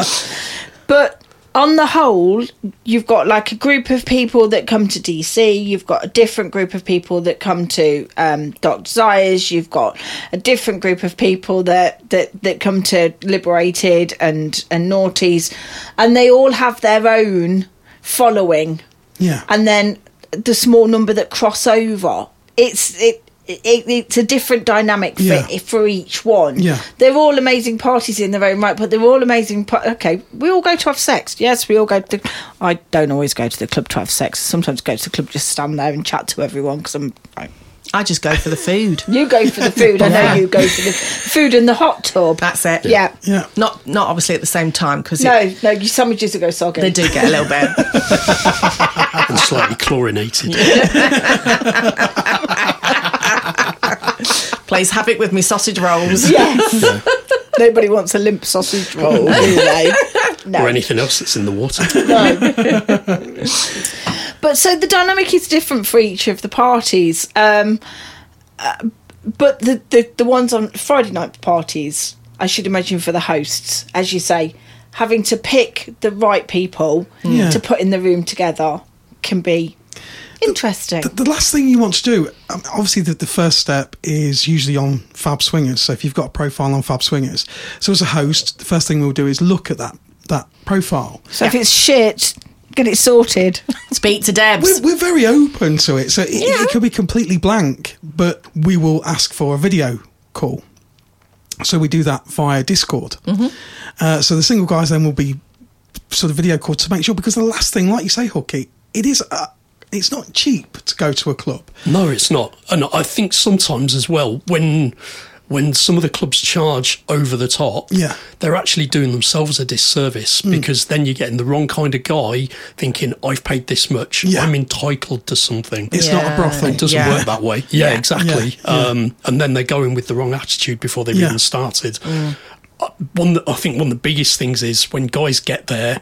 [SPEAKER 3] But on the whole, you've got like a group of people that come to DC, you've got a different group of people that come to um, Dr. Zayas, you've got a different group of people that, that, that come to Liberated and, and Naughties, and they all have their own following
[SPEAKER 1] Yeah.
[SPEAKER 3] and then the small number that cross over. It's it. It, it's a different dynamic for,
[SPEAKER 1] Yeah.
[SPEAKER 3] for each one.
[SPEAKER 1] Yeah.
[SPEAKER 3] They're all amazing parties in their own right, but they're all amazing. par okay, we all go to have sex. Yes, we all go to. The, I don't always go to the club to have sex. Sometimes go to the club just stand there and chat to everyone because I'm. I,
[SPEAKER 2] I just go for the food.
[SPEAKER 3] you go for the food. I know
[SPEAKER 2] Yeah.
[SPEAKER 3] you go for the food and the hot tub.
[SPEAKER 2] That's it.
[SPEAKER 3] yeah.
[SPEAKER 1] yeah.
[SPEAKER 2] Not not obviously at the same time because
[SPEAKER 3] No, no, you sandwiches that go soggy.
[SPEAKER 2] they do get a little bit.
[SPEAKER 4] and slightly chlorinated.
[SPEAKER 2] Plays havoc with me sausage rolls.
[SPEAKER 3] Yes.
[SPEAKER 4] Yeah.
[SPEAKER 3] Nobody wants a limp sausage roll, do they? No.
[SPEAKER 4] Or anything else that's in the water.
[SPEAKER 3] But so the dynamic is different for each of the parties. Um, uh, but the, the the ones on Friday night parties, I should imagine for the hosts, as you say, having to pick the right people
[SPEAKER 1] Yeah.
[SPEAKER 3] to put in the room together can be interesting.
[SPEAKER 1] The the last thing you want to do, um, obviously, the, the first step is usually on Fab Swingers. So if you've got a profile on Fab Swingers, so as a host, the first thing we'll do is look at that that profile.
[SPEAKER 3] so if it's shit, get it sorted.
[SPEAKER 2] Speak to Debs.
[SPEAKER 1] We're, we're very open to it, so it, it could be completely blank, but we will ask for a video call. So we do that via Discord.
[SPEAKER 2] Mm-hmm.
[SPEAKER 1] Uh, so the single guys then will be sort of video call to make sure because the last thing, like you say, Hooky, it is uh, it's not cheap to go to a club.
[SPEAKER 4] No, it's not. And I think sometimes as well when when some of the clubs charge over the top,
[SPEAKER 1] Yeah. Hmm.
[SPEAKER 4] they're actually doing themselves a disservice because then you're getting the wrong kind of guy thinking I've paid this much,
[SPEAKER 1] Yeah.
[SPEAKER 4] I'm entitled to something.
[SPEAKER 1] It's not a
[SPEAKER 2] Yeah.
[SPEAKER 1] brothel.
[SPEAKER 4] it doesn't
[SPEAKER 2] Yeah.
[SPEAKER 4] work that way. Yeah, exactly.
[SPEAKER 1] Yeah.
[SPEAKER 4] Um, and then they're going with the wrong attitude before they've
[SPEAKER 1] Yeah.
[SPEAKER 4] even started.
[SPEAKER 2] Mm.
[SPEAKER 4] Uh, One, that- I think one of the biggest things is when guys get there,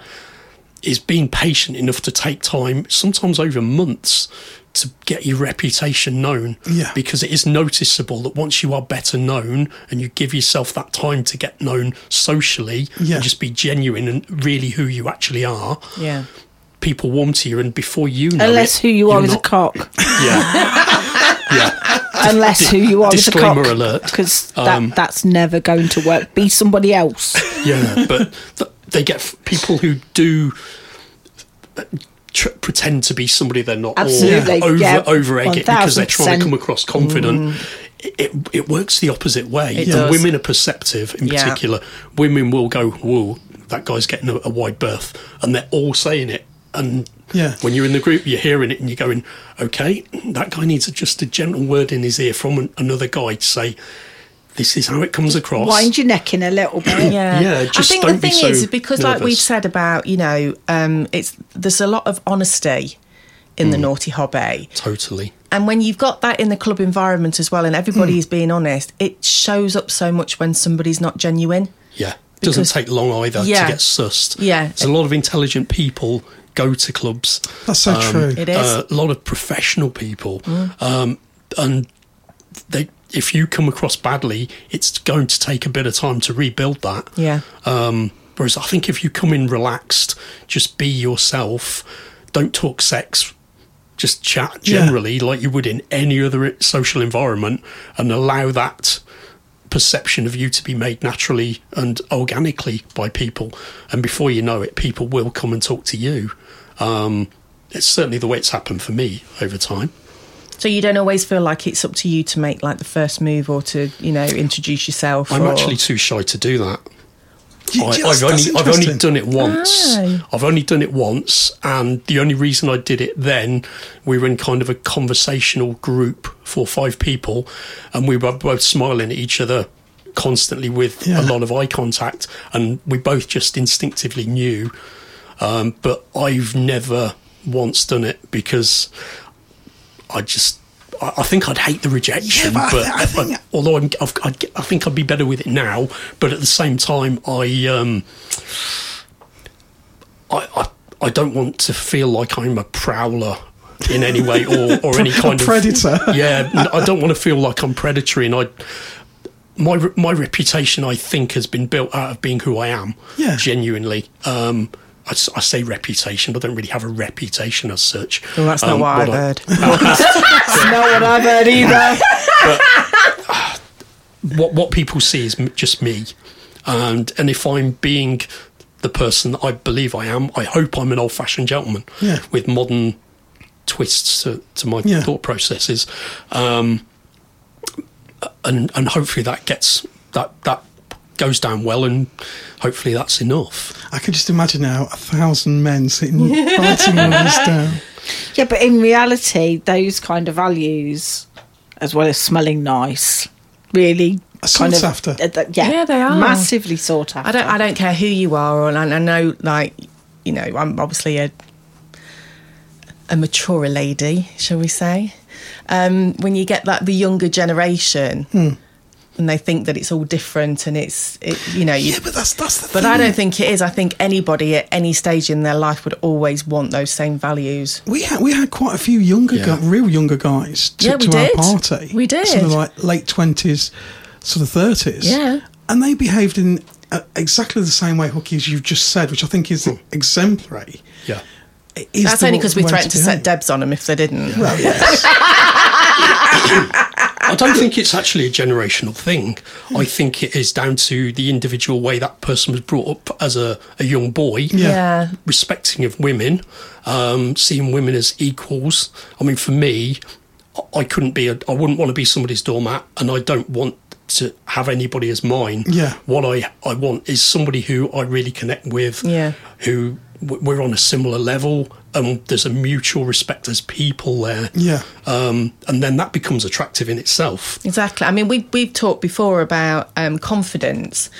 [SPEAKER 4] is being patient enough to take time, sometimes over months, to get your reputation known.
[SPEAKER 1] Yeah.
[SPEAKER 4] Because it is noticeable that once you are better known and you give yourself that time to get known socially
[SPEAKER 1] Yeah.
[SPEAKER 4] and just be genuine and really who you actually are,
[SPEAKER 2] Yeah.
[SPEAKER 4] people warm to you. And before you know
[SPEAKER 3] Unless
[SPEAKER 4] it,
[SPEAKER 3] who you are
[SPEAKER 4] you're
[SPEAKER 3] is a
[SPEAKER 4] not-
[SPEAKER 3] cock.
[SPEAKER 4] Yeah. yeah.
[SPEAKER 3] Unless who you are is a cock.
[SPEAKER 4] Disclaimer alert.
[SPEAKER 3] Because
[SPEAKER 4] Um,
[SPEAKER 3] that, that's never going to work. Be somebody else.
[SPEAKER 4] yeah, but th- they get f- people who do uh, tr- pretend to be somebody they're not,
[SPEAKER 3] Absolutely,
[SPEAKER 4] or over
[SPEAKER 3] yeah,
[SPEAKER 4] over egg it because they're
[SPEAKER 3] 1000%.
[SPEAKER 4] trying to come across confident. It, it it works the opposite way.
[SPEAKER 2] Mm. It
[SPEAKER 4] and
[SPEAKER 2] does.
[SPEAKER 4] women are perceptive, in
[SPEAKER 2] Yeah.
[SPEAKER 4] particular. Women will go, "Whoa, that guy's getting a, a wide berth," and they're all saying it. And
[SPEAKER 1] Yeah.
[SPEAKER 4] when you're in the group, you're hearing it and you're going, "Okay, that guy needs just a gentle word in his ear from an, another guy to say." This is how it comes across.
[SPEAKER 3] Wind your neck in a little bit.
[SPEAKER 2] yeah.
[SPEAKER 4] Yeah,
[SPEAKER 2] I
[SPEAKER 4] just
[SPEAKER 2] think
[SPEAKER 4] don't
[SPEAKER 2] the
[SPEAKER 4] be
[SPEAKER 2] thing
[SPEAKER 4] so
[SPEAKER 2] is because, like we've
[SPEAKER 4] nervous.
[SPEAKER 2] said about, you know, um, it's there's a lot of honesty in
[SPEAKER 4] Mm.
[SPEAKER 2] the naughty hobby,
[SPEAKER 4] Totally.
[SPEAKER 2] and when you've got that in the club
[SPEAKER 4] Mm.
[SPEAKER 2] environment as well, and everybody is being honest, it shows up so much when somebody's not genuine.
[SPEAKER 4] Yeah. doesn't
[SPEAKER 2] Because-
[SPEAKER 4] take long either
[SPEAKER 2] Yeah.
[SPEAKER 4] to get sussed.
[SPEAKER 2] Yeah.
[SPEAKER 4] There's a lot of intelligent people go to clubs. Uh,
[SPEAKER 1] That's so
[SPEAKER 4] Um,
[SPEAKER 1] true.
[SPEAKER 2] It is.
[SPEAKER 4] a lot of professional people.
[SPEAKER 2] Mm.
[SPEAKER 4] Um, and they, if you come across badly, it's going to take a bit of time to rebuild that.
[SPEAKER 2] Yeah.
[SPEAKER 4] Um, whereas I think if you come in relaxed, just be yourself, don't talk sex, just chat
[SPEAKER 1] Yeah.
[SPEAKER 4] generally like you would in any other social environment and allow that perception of you to be made naturally and organically by people. And before you know it, people will come and talk to you. Um, it's certainly the way it's happened for me over time.
[SPEAKER 2] So you don't always feel like it's up to you to make like the first move or to you know introduce yourself.
[SPEAKER 4] I'm
[SPEAKER 2] or...
[SPEAKER 4] actually too shy to do that.
[SPEAKER 1] Yeah,
[SPEAKER 4] I,
[SPEAKER 1] that's-
[SPEAKER 4] I've only
[SPEAKER 1] that's
[SPEAKER 4] I've only
[SPEAKER 1] interesting.
[SPEAKER 4] done it once.
[SPEAKER 2] Ah.
[SPEAKER 4] I've only done it once, and the only reason I did it then, we were in kind of a conversational group for five people, and we were both smiling at each other constantly with
[SPEAKER 1] Yeah.
[SPEAKER 4] a lot of eye contact, and we both just instinctively knew. Um, but I've never once done it because I just. I I think I'd hate the rejection,
[SPEAKER 1] Yeah, but I
[SPEAKER 4] but,
[SPEAKER 1] thi- I think-
[SPEAKER 4] although I'm, I've, I'd, get- I think I'd be better with it now. But at the same time, I um, I, I I don't want to feel like I'm a prowler in any way or, or any
[SPEAKER 1] A
[SPEAKER 4] kind of
[SPEAKER 1] predator.
[SPEAKER 4] Yeah, n- I don't want to feel like I'm predatory, and I my re- my reputation I think has been built out of being who I am.
[SPEAKER 1] Yeah.
[SPEAKER 4] genuinely. Um, I, s- I say reputation, but I don't really have a reputation as such.
[SPEAKER 2] Well, that's not
[SPEAKER 4] Um,
[SPEAKER 2] what I've
[SPEAKER 4] I-
[SPEAKER 2] heard.
[SPEAKER 3] That's
[SPEAKER 2] Oh,
[SPEAKER 3] not what I've heard either.
[SPEAKER 4] what what people see is m- just me, and and if I'm being the person that I believe I am, I hope I'm an old fashioned gentleman
[SPEAKER 1] Yeah.
[SPEAKER 4] with modern twists to, to my
[SPEAKER 1] Yeah.
[SPEAKER 4] thought processes, um, and and hopefully that gets that that goes down well, and hopefully that's enough.
[SPEAKER 1] I could just imagine now a thousand men sitting writing all this down.
[SPEAKER 3] Yeah, but in reality, those kind of values, as well as smelling nice, really
[SPEAKER 1] Are
[SPEAKER 3] kind
[SPEAKER 1] sought
[SPEAKER 3] of,
[SPEAKER 1] after.
[SPEAKER 3] uh, th- yeah,
[SPEAKER 2] Yeah, they are.
[SPEAKER 3] massively sought after.
[SPEAKER 2] I don't. I don't care who you are, and I, I know, like, you know, I'm obviously a a mature lady, shall we say? Um, when you get like the younger generation,
[SPEAKER 1] Hmm.
[SPEAKER 2] and they think that it's all different, and it's, it, you know, you,
[SPEAKER 1] Yeah, but hmm. that's that's the
[SPEAKER 2] but
[SPEAKER 1] thing.
[SPEAKER 2] I don't think it is. I think anybody at any stage in their life would always want those same values.
[SPEAKER 1] we had we had quite a few younger,
[SPEAKER 4] Yeah.
[SPEAKER 1] gu- real younger guys to,
[SPEAKER 2] Yeah, we
[SPEAKER 1] to
[SPEAKER 2] did.
[SPEAKER 1] our party.
[SPEAKER 2] We did.
[SPEAKER 1] sort of like late twenties, sort of thirties.
[SPEAKER 2] Yeah.
[SPEAKER 1] and they behaved in uh, exactly the same way, Hookie, as you've just said, which I think is exemplary.
[SPEAKER 4] Yeah,
[SPEAKER 1] It is
[SPEAKER 2] That's
[SPEAKER 1] the
[SPEAKER 2] only
[SPEAKER 1] wa-
[SPEAKER 2] because we
[SPEAKER 1] way
[SPEAKER 2] threatened to,
[SPEAKER 1] behave.
[SPEAKER 2] set Debs on them if they didn't.
[SPEAKER 1] Well, yes.
[SPEAKER 4] I don't think it's actually a generational thing. I think it is down to the individual way that person was brought up as a, a young boy.
[SPEAKER 2] Yeah.
[SPEAKER 4] respecting of women, um, seeing women as equals. I mean, for me, I- I couldn't be, a, I wouldn't want to be somebody's doormat, and I don't want to have anybody as mine.
[SPEAKER 1] Yeah.
[SPEAKER 4] What I, I want is somebody who I really connect with,
[SPEAKER 2] Yeah.
[SPEAKER 4] who w- we're on a similar level, and there's a mutual respect as people there.
[SPEAKER 1] Yeah.
[SPEAKER 4] Um, and then that becomes attractive in itself.
[SPEAKER 2] Exactly. I mean, we we've talked before about um, confidence,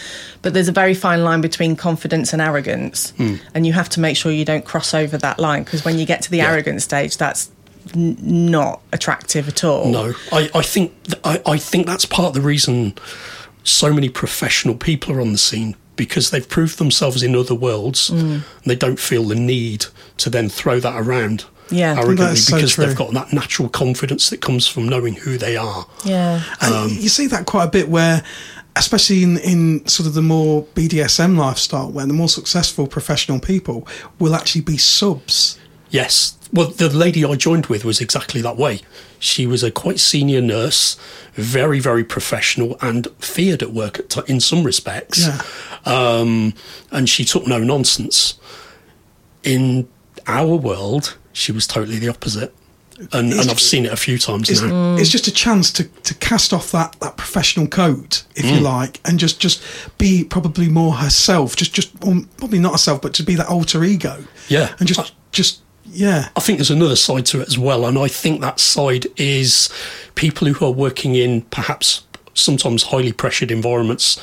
[SPEAKER 2] but there's a very fine line between confidence and arrogance, and you have to make sure you don't cross over that line because when you get to the arrogant stage, that's n- not attractive at all.
[SPEAKER 4] No, I, I think th- I, I think that's part of the reason so many professional people are on the scene because they've proved themselves in other worlds and they don't feel the need to then throw that around
[SPEAKER 2] Yeah.
[SPEAKER 4] arrogantly
[SPEAKER 1] That's so
[SPEAKER 4] because
[SPEAKER 1] true.
[SPEAKER 4] they've got that natural confidence that comes from knowing who they are.
[SPEAKER 2] Yeah.
[SPEAKER 1] And you see that quite a bit where, especially in, in sort of the more BDSM lifestyle, where the more successful professional people will actually be subs.
[SPEAKER 4] Yes. Well, the lady I joined with was exactly that way. She was a quite senior nurse, very, very professional, and feared at work at t- in some respects.
[SPEAKER 1] Yeah.
[SPEAKER 4] Um, and she took no nonsense. In our world, she was totally the opposite. And, and I've seen it a few times
[SPEAKER 1] It's,
[SPEAKER 4] now.
[SPEAKER 1] it's just a chance to, to cast off that, that professional coat, if
[SPEAKER 4] Mm.
[SPEAKER 1] you like, and just, just be probably more herself. Just just um, probably not herself, but to be that alter ego.
[SPEAKER 4] Yeah.
[SPEAKER 1] and just just yeah.
[SPEAKER 4] I think there's another side to it as well, and I think that side is people who are working in perhaps sometimes highly pressured environments.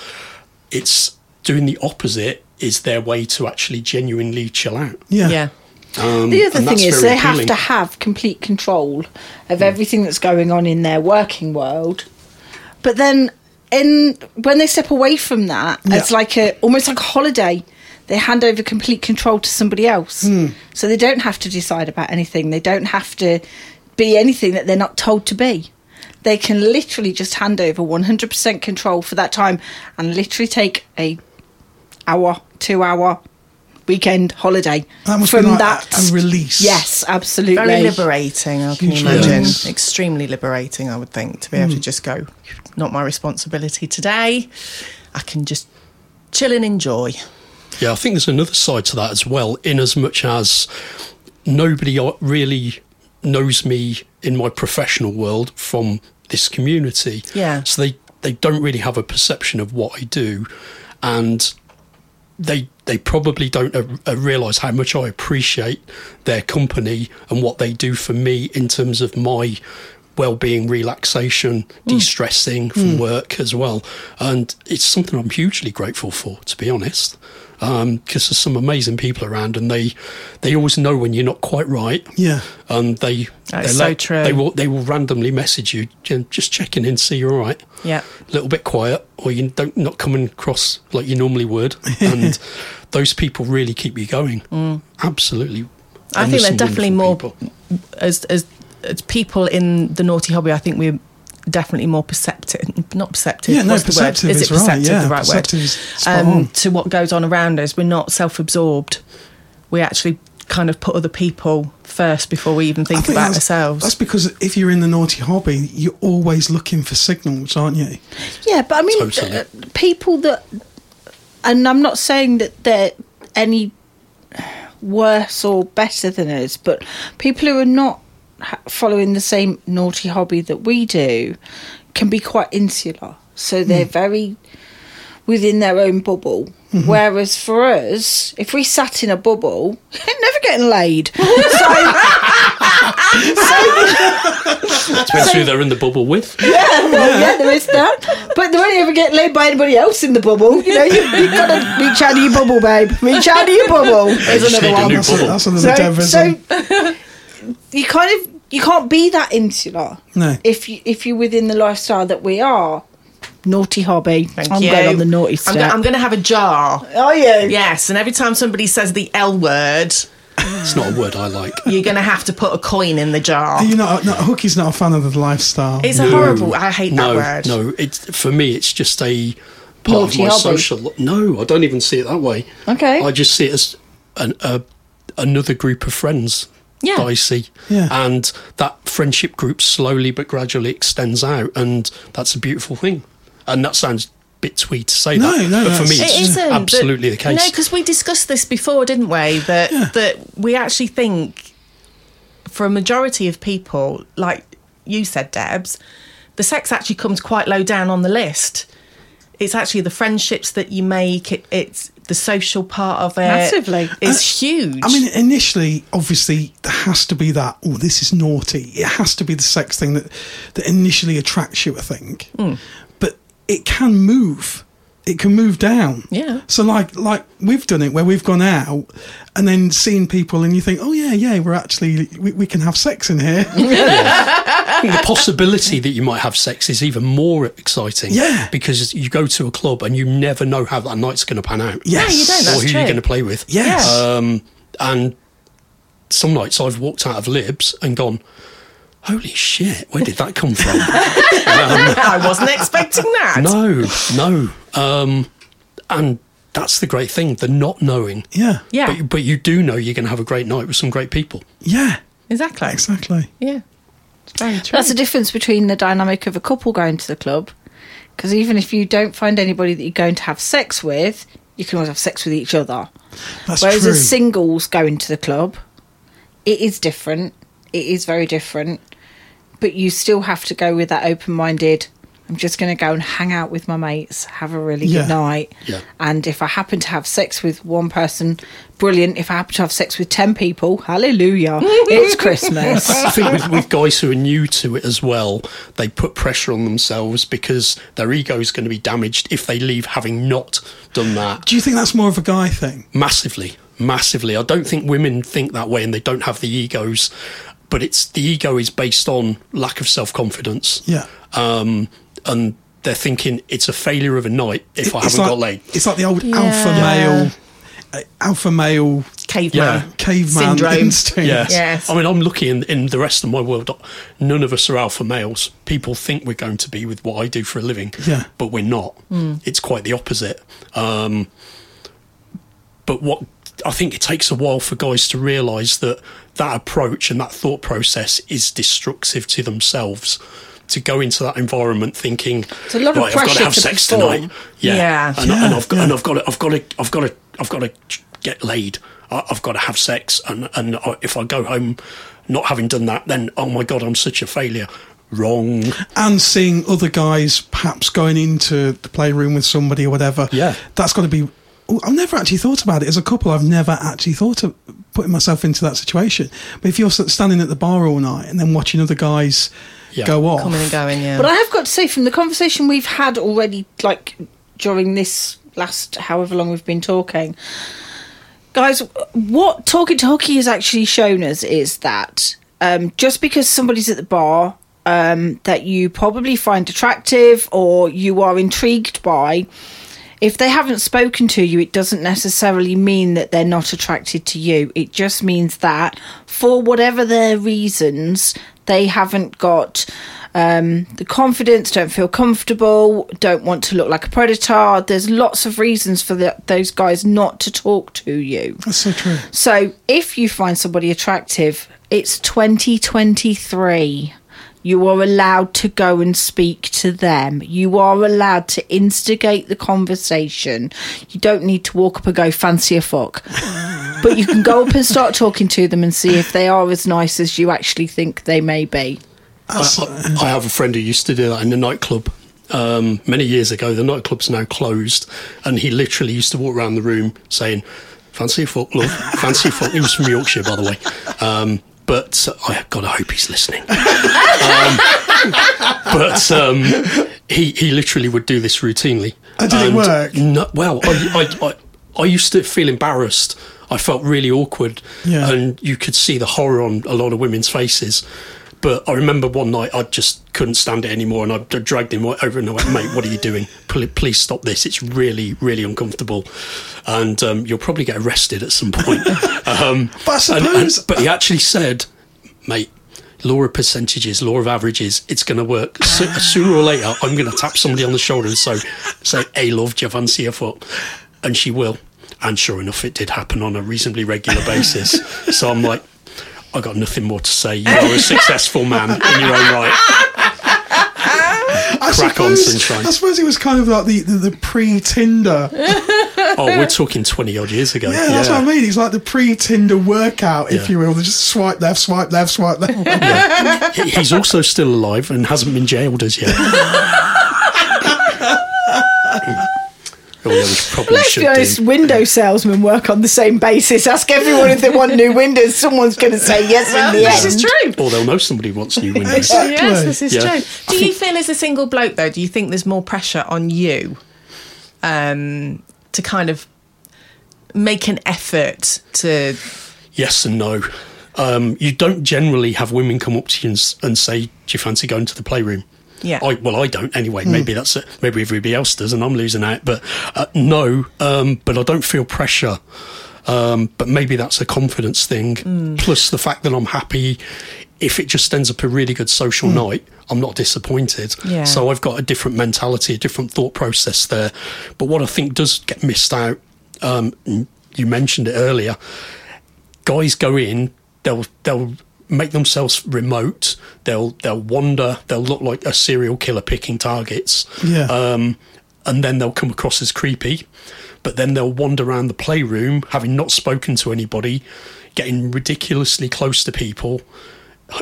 [SPEAKER 4] It's doing the opposite is their way to actually genuinely chill out.
[SPEAKER 1] Yeah.
[SPEAKER 2] Yeah.
[SPEAKER 4] Um,
[SPEAKER 3] the other thing
[SPEAKER 4] and that's
[SPEAKER 3] is
[SPEAKER 4] very
[SPEAKER 3] they have
[SPEAKER 4] appealing.
[SPEAKER 3] to have complete control of everything that's going on in their working world. But then and when they step away from that,
[SPEAKER 1] Yeah.
[SPEAKER 3] it's like a almost like a holiday. They hand over complete control to somebody else,
[SPEAKER 4] Hmm.
[SPEAKER 3] so they don't have to decide about anything. They don't have to be anything that they're not told to be. They can literally just hand over one hundred percent control for that time, and literally take a hour, two hour weekend holiday
[SPEAKER 1] That must be
[SPEAKER 3] from
[SPEAKER 1] like
[SPEAKER 3] that
[SPEAKER 1] a- a release.
[SPEAKER 3] Yes, absolutely.
[SPEAKER 2] Very liberating, I can
[SPEAKER 1] Huge
[SPEAKER 2] imagine.
[SPEAKER 1] release.
[SPEAKER 2] Extremely liberating, I would think, to be able to just go, not my responsibility today. I can just chill and enjoy.
[SPEAKER 4] Yeah, I think there's another side to that as well, in as much as nobody o- really knows me in my professional world from this community.
[SPEAKER 2] Yeah.
[SPEAKER 4] So they, they don't really have a perception of what I do. And they they probably don't uh, uh, realize how much I appreciate their company and what they do for me in terms of my well-being, relaxation,
[SPEAKER 2] Mm.
[SPEAKER 4] de-stressing from work as well. And it's something I'm hugely grateful for, to be honest, because there's some amazing people around, and they they always know when you're not quite right.
[SPEAKER 1] Yeah.
[SPEAKER 4] And they
[SPEAKER 2] That
[SPEAKER 4] they
[SPEAKER 2] is so
[SPEAKER 4] let-
[SPEAKER 2] true.
[SPEAKER 4] They will they will randomly message you, "Jen, just checking in, see you're all right
[SPEAKER 2] Yeah.
[SPEAKER 4] little bit quiet or you don't not coming across like you normally would and those people really keep you going absolutely
[SPEAKER 2] Mm. I
[SPEAKER 4] And
[SPEAKER 2] think
[SPEAKER 4] there's
[SPEAKER 2] they're
[SPEAKER 4] some
[SPEAKER 2] definitely more
[SPEAKER 4] wonderful people.
[SPEAKER 2] as as as people in the naughty hobby. I think we're definitely more perceptive, not perceptive.
[SPEAKER 1] Yeah, no,
[SPEAKER 2] what's the word?
[SPEAKER 1] perceptive
[SPEAKER 2] Is
[SPEAKER 1] is
[SPEAKER 2] it
[SPEAKER 1] right,
[SPEAKER 2] perceptive?
[SPEAKER 1] yeah,
[SPEAKER 2] the right
[SPEAKER 1] perceptive
[SPEAKER 2] word Um,
[SPEAKER 1] is spot on.
[SPEAKER 2] to what goes on around us. We're not self-absorbed. We actually kind of put other people first before we even
[SPEAKER 1] I
[SPEAKER 2] think,
[SPEAKER 1] think
[SPEAKER 2] about
[SPEAKER 1] that's-
[SPEAKER 2] ourselves.
[SPEAKER 1] That's because if you're in the naughty hobby, you're always looking for signals, aren't you?
[SPEAKER 3] Yeah, but I mean,
[SPEAKER 4] Totally.
[SPEAKER 3] uh, people that, and I'm not saying that they're any worse or better than us, but people who are not ha- following the same naughty hobby that we do can be quite insular. So
[SPEAKER 1] Hmm.
[SPEAKER 3] they're very within their own bubble.
[SPEAKER 1] Mm-hmm.
[SPEAKER 3] Whereas for us, if we sat in a bubble, never getting laid.
[SPEAKER 4] depends who they're in the bubble with
[SPEAKER 3] Well, yeah, there is that. But they won't ever get laid by anybody else in the bubble. You know, you, you've got to reach out of your bubble, babe. Reach out of your bubble. There's
[SPEAKER 4] just
[SPEAKER 3] another
[SPEAKER 4] need a
[SPEAKER 3] one.
[SPEAKER 4] new
[SPEAKER 1] That's, a,
[SPEAKER 4] bubble.
[SPEAKER 1] that's another
[SPEAKER 3] so
[SPEAKER 1] devism.
[SPEAKER 3] you kind of you can't be that insular
[SPEAKER 1] No.
[SPEAKER 3] if you if you're within the lifestyle that we are. Naughty hobby.
[SPEAKER 2] Thank
[SPEAKER 3] I'm
[SPEAKER 2] you.
[SPEAKER 3] going on the naughty
[SPEAKER 2] I'm, go-
[SPEAKER 3] step.
[SPEAKER 2] I'm going to have a jar.
[SPEAKER 3] are you?
[SPEAKER 2] Yes, and every time somebody says the L word,
[SPEAKER 4] it's not a word i like
[SPEAKER 2] you're going to have to put a coin in the jar.
[SPEAKER 1] You're not, no, Hookie's not a fan of the lifestyle.
[SPEAKER 2] It's a horrible. I hate
[SPEAKER 4] no
[SPEAKER 2] that word.
[SPEAKER 4] no it's for me it's just a part
[SPEAKER 3] Naughty
[SPEAKER 4] of my
[SPEAKER 3] hobby.
[SPEAKER 4] social no i don't even see it that way
[SPEAKER 3] Okay.
[SPEAKER 4] i just see it as an, a, another group of friends
[SPEAKER 2] Yeah.
[SPEAKER 4] that i see
[SPEAKER 1] Yeah.
[SPEAKER 4] and that friendship group slowly but gradually extends out and that's a beautiful thing and that sounds a bit twee to say
[SPEAKER 1] No,
[SPEAKER 4] that
[SPEAKER 1] no,
[SPEAKER 4] but for me
[SPEAKER 1] that's-
[SPEAKER 4] it's
[SPEAKER 2] It isn't. but-
[SPEAKER 4] absolutely the case
[SPEAKER 2] No, because we discussed this before, didn't we? That that we actually think, for a majority of people, like you said, Debs, the sex actually comes quite low down on the list. It's actually the friendships that you make. It, it's the social part of it.
[SPEAKER 3] Massively.
[SPEAKER 2] it's huge.
[SPEAKER 1] I mean, initially, obviously, there has to be that. Oh, this is naughty. It has to be the sex thing that that initially attracts you. I think,
[SPEAKER 2] Hmm.
[SPEAKER 1] but it can move. It can move down.
[SPEAKER 2] Yeah.
[SPEAKER 1] So like like we've done it where we've gone out and then seen people and you think, oh yeah, yeah, we're actually we, we can have sex in here.
[SPEAKER 4] I think the possibility that you might have sex is even more exciting.
[SPEAKER 1] Yeah.
[SPEAKER 4] Because you go to a club and you never know how that night's going to pan out.
[SPEAKER 1] yes.
[SPEAKER 2] you don't,
[SPEAKER 4] or
[SPEAKER 2] that's
[SPEAKER 4] who
[SPEAKER 2] true.
[SPEAKER 4] you're going to play with.
[SPEAKER 1] Yes.
[SPEAKER 4] Um, and some nights I've walked out of Libs and gone, holy shit, where did that come from?
[SPEAKER 2] I wasn't expecting that.
[SPEAKER 4] no, no. Um, and that's the great thing, the not knowing.
[SPEAKER 1] yeah.
[SPEAKER 2] Yeah.
[SPEAKER 4] But, you- but you do know you're going to have a great night with some great people.
[SPEAKER 1] Yeah.
[SPEAKER 2] Exactly.
[SPEAKER 1] Exactly.
[SPEAKER 2] Yeah. It's very true.
[SPEAKER 3] That's the difference between the dynamic of a couple going to the club. Because even if you don't find anybody that you're going to have sex with, you can always have sex with each other.
[SPEAKER 1] That's
[SPEAKER 3] Whereas
[SPEAKER 1] true.
[SPEAKER 3] as singles going to the club, it is different. It is very different. But you still have to go with that open minded. I'm just going to go and hang out with my mates, have a really
[SPEAKER 1] Yeah.
[SPEAKER 3] good night.
[SPEAKER 4] Yeah.
[SPEAKER 3] And if I happen to have sex with one person, brilliant. If I happen to have sex with 10 people, hallelujah, it's Christmas.
[SPEAKER 4] I think with, with guys who are new to it as well, they put pressure on themselves because their ego is going to be damaged if they leave having not done that
[SPEAKER 1] Do you think that's more of a guy thing?
[SPEAKER 4] massively. Massively. I don't think women think that way and they don't have the egos, but it's the ego is based on lack of self confidence.
[SPEAKER 1] Yeah.
[SPEAKER 4] Um, and they're thinking it's a failure of a night if I haven't
[SPEAKER 1] like,
[SPEAKER 4] got laid.
[SPEAKER 1] It's like the old alpha
[SPEAKER 2] Yeah.
[SPEAKER 1] male, uh, alpha male
[SPEAKER 2] Caveman.
[SPEAKER 4] Yeah.
[SPEAKER 1] caveman
[SPEAKER 2] Syndrome.
[SPEAKER 1] instinct.
[SPEAKER 4] Yes.
[SPEAKER 2] Yes.
[SPEAKER 4] I mean, I'm lucky in, in the rest of my world. None of us are alpha males. People think we're going to be with what I do for a living,
[SPEAKER 1] Yeah.
[SPEAKER 4] but we're not. It's quite the opposite. Um, but what I think it takes a while for guys to realise that that approach and that thought process is destructive to themselves. To go into that environment thinking,
[SPEAKER 3] a lot of
[SPEAKER 4] right, I've got
[SPEAKER 3] pressure
[SPEAKER 4] to have
[SPEAKER 3] to
[SPEAKER 4] sex
[SPEAKER 3] perform."
[SPEAKER 4] tonight. Yeah,
[SPEAKER 2] Yeah.
[SPEAKER 4] And, and
[SPEAKER 1] Yeah,
[SPEAKER 4] I've got,
[SPEAKER 1] yeah.
[SPEAKER 4] and I've got to, I've got to, I've got to, I've got to get laid. I, I've got to have sex, and and I, if I go home not having done that, then oh my god, I'm such a failure. Wrong.
[SPEAKER 1] And seeing other guys perhaps going into the playroom with somebody or whatever.
[SPEAKER 4] Yeah.
[SPEAKER 1] That's got to be. oh, I've never actually thought about it as a couple. I've never actually thought of putting myself into that situation. But if you're sort of standing at the bar all night and then watching other guys
[SPEAKER 4] Yeah.
[SPEAKER 1] go off,
[SPEAKER 2] Coming and going, yeah.
[SPEAKER 3] But I have got to say, from the conversation we've had already, like during this last however long we've been talking, guys, what Talking to Hockey has actually shown us is that um, just because somebody's at the bar um, that you probably find attractive or you are intrigued by, if they haven't spoken to you, it doesn't necessarily mean that they're not attracted to you. It just means that, for whatever their reasons, they haven't got um, the confidence, don't feel comfortable, don't want to look like a predator. There's lots of reasons for the, those guys not to talk to you.
[SPEAKER 1] that's so true.
[SPEAKER 3] So if you find somebody attractive, it's 2023. You are allowed to go and speak to them. You are allowed to instigate the conversation. You don't need to walk up and go, fancy a fuck. but you can go up and start talking to them and see if they are as nice as you actually think they may be.
[SPEAKER 4] I, I, I have a friend who used to do that in the nightclub um, many years ago. The nightclub's now closed, and he literally used to walk around the room saying, "Fancy a fuck, love? Fancy a fuck?" He was from Yorkshire, by the way. Um, but I God, I hope he's listening. Um, but um, he he literally would do this routinely.
[SPEAKER 1] Oh, did it
[SPEAKER 4] And
[SPEAKER 1] work?
[SPEAKER 4] No, well, I, I, I, I used to feel embarrassed. I felt really awkward,
[SPEAKER 1] Yeah.
[SPEAKER 4] and you could see the horror on a lot of women's faces. But I remember one night I just couldn't stand it anymore, and I d- dragged him over and I went, "Mate, what are you doing? Pl- Please stop this! It's really, really uncomfortable, and um, you'll probably get arrested at some point." um,
[SPEAKER 1] But I
[SPEAKER 4] and- and-
[SPEAKER 1] suppose-
[SPEAKER 4] but he actually said, "Mate, law of percentages, law of averages, it's going to work. So,
[SPEAKER 1] Ah.
[SPEAKER 4] sooner or later, I'm going to tap somebody on the shoulder and so say, hey, love, do you fancy a foot? And she will. And sure enough, it did happen on a reasonably regular basis. so I'm like, I got nothing more to say. You are a successful man in your own right.
[SPEAKER 1] I
[SPEAKER 4] Crack on,
[SPEAKER 1] suppose-
[SPEAKER 4] sunshine.
[SPEAKER 1] I suppose it was kind of like the, the, the pre Tinder. Yeah,
[SPEAKER 4] Oh, we're talking 20 odd years ago.
[SPEAKER 1] that's what I mean. It's like the pre Tinder workout, if
[SPEAKER 4] Yeah.
[SPEAKER 1] you will. They just swipe left, swipe left, swipe left.
[SPEAKER 4] He- He's also still alive and hasn't been jailed as yet. Oh, Oh, yeah, we probably
[SPEAKER 3] Let's
[SPEAKER 4] should
[SPEAKER 3] be honest,
[SPEAKER 4] do.
[SPEAKER 3] window salesmen work on the same basis. Ask everyone if they want new windows. Someone's going to say yes in the
[SPEAKER 2] this
[SPEAKER 3] end.
[SPEAKER 2] is true.
[SPEAKER 4] Or they'll know somebody who wants new windows.
[SPEAKER 1] Exactly.
[SPEAKER 6] Yes, this is
[SPEAKER 4] Yeah.
[SPEAKER 6] true.
[SPEAKER 2] Do you feel as a single bloke though? Do you think there's more pressure on you um, to kind of make an effort to?
[SPEAKER 4] yes and no. Um, you don't generally have women come up to you and, s- and say, "Do you fancy going to the playroom?"
[SPEAKER 2] Yeah. Hmm.
[SPEAKER 4] I, well, I don't anyway. Maybe that's it. Maybe everybody else does, and I'm losing out. But uh, no, um, but I don't feel pressure. Um, but maybe that's a confidence thing.
[SPEAKER 2] Hmm.
[SPEAKER 4] Plus the fact that I'm happy. If it just ends up a really good social night, I'm not disappointed.
[SPEAKER 2] Hmm. Yeah.
[SPEAKER 4] So I've got a different mentality, a different thought process there. But what I think does get missed out, um, you mentioned it earlier, guys go in, they'll they'll make themselves remote. They'll they'll wander. They'll look like a serial killer picking targets.
[SPEAKER 1] Yeah.
[SPEAKER 4] Um, and then they'll come across as creepy. But then they'll wander around the playroom, having not spoken to anybody, getting ridiculously close to people,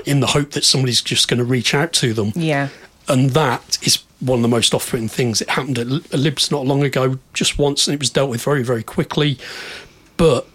[SPEAKER 4] in the hope that somebody's just going to reach out to them
[SPEAKER 2] Yeah.
[SPEAKER 4] and that is one of the most off-putting things. It happened at L- at Libs not long ago, just once, and it was dealt with very, very quickly. But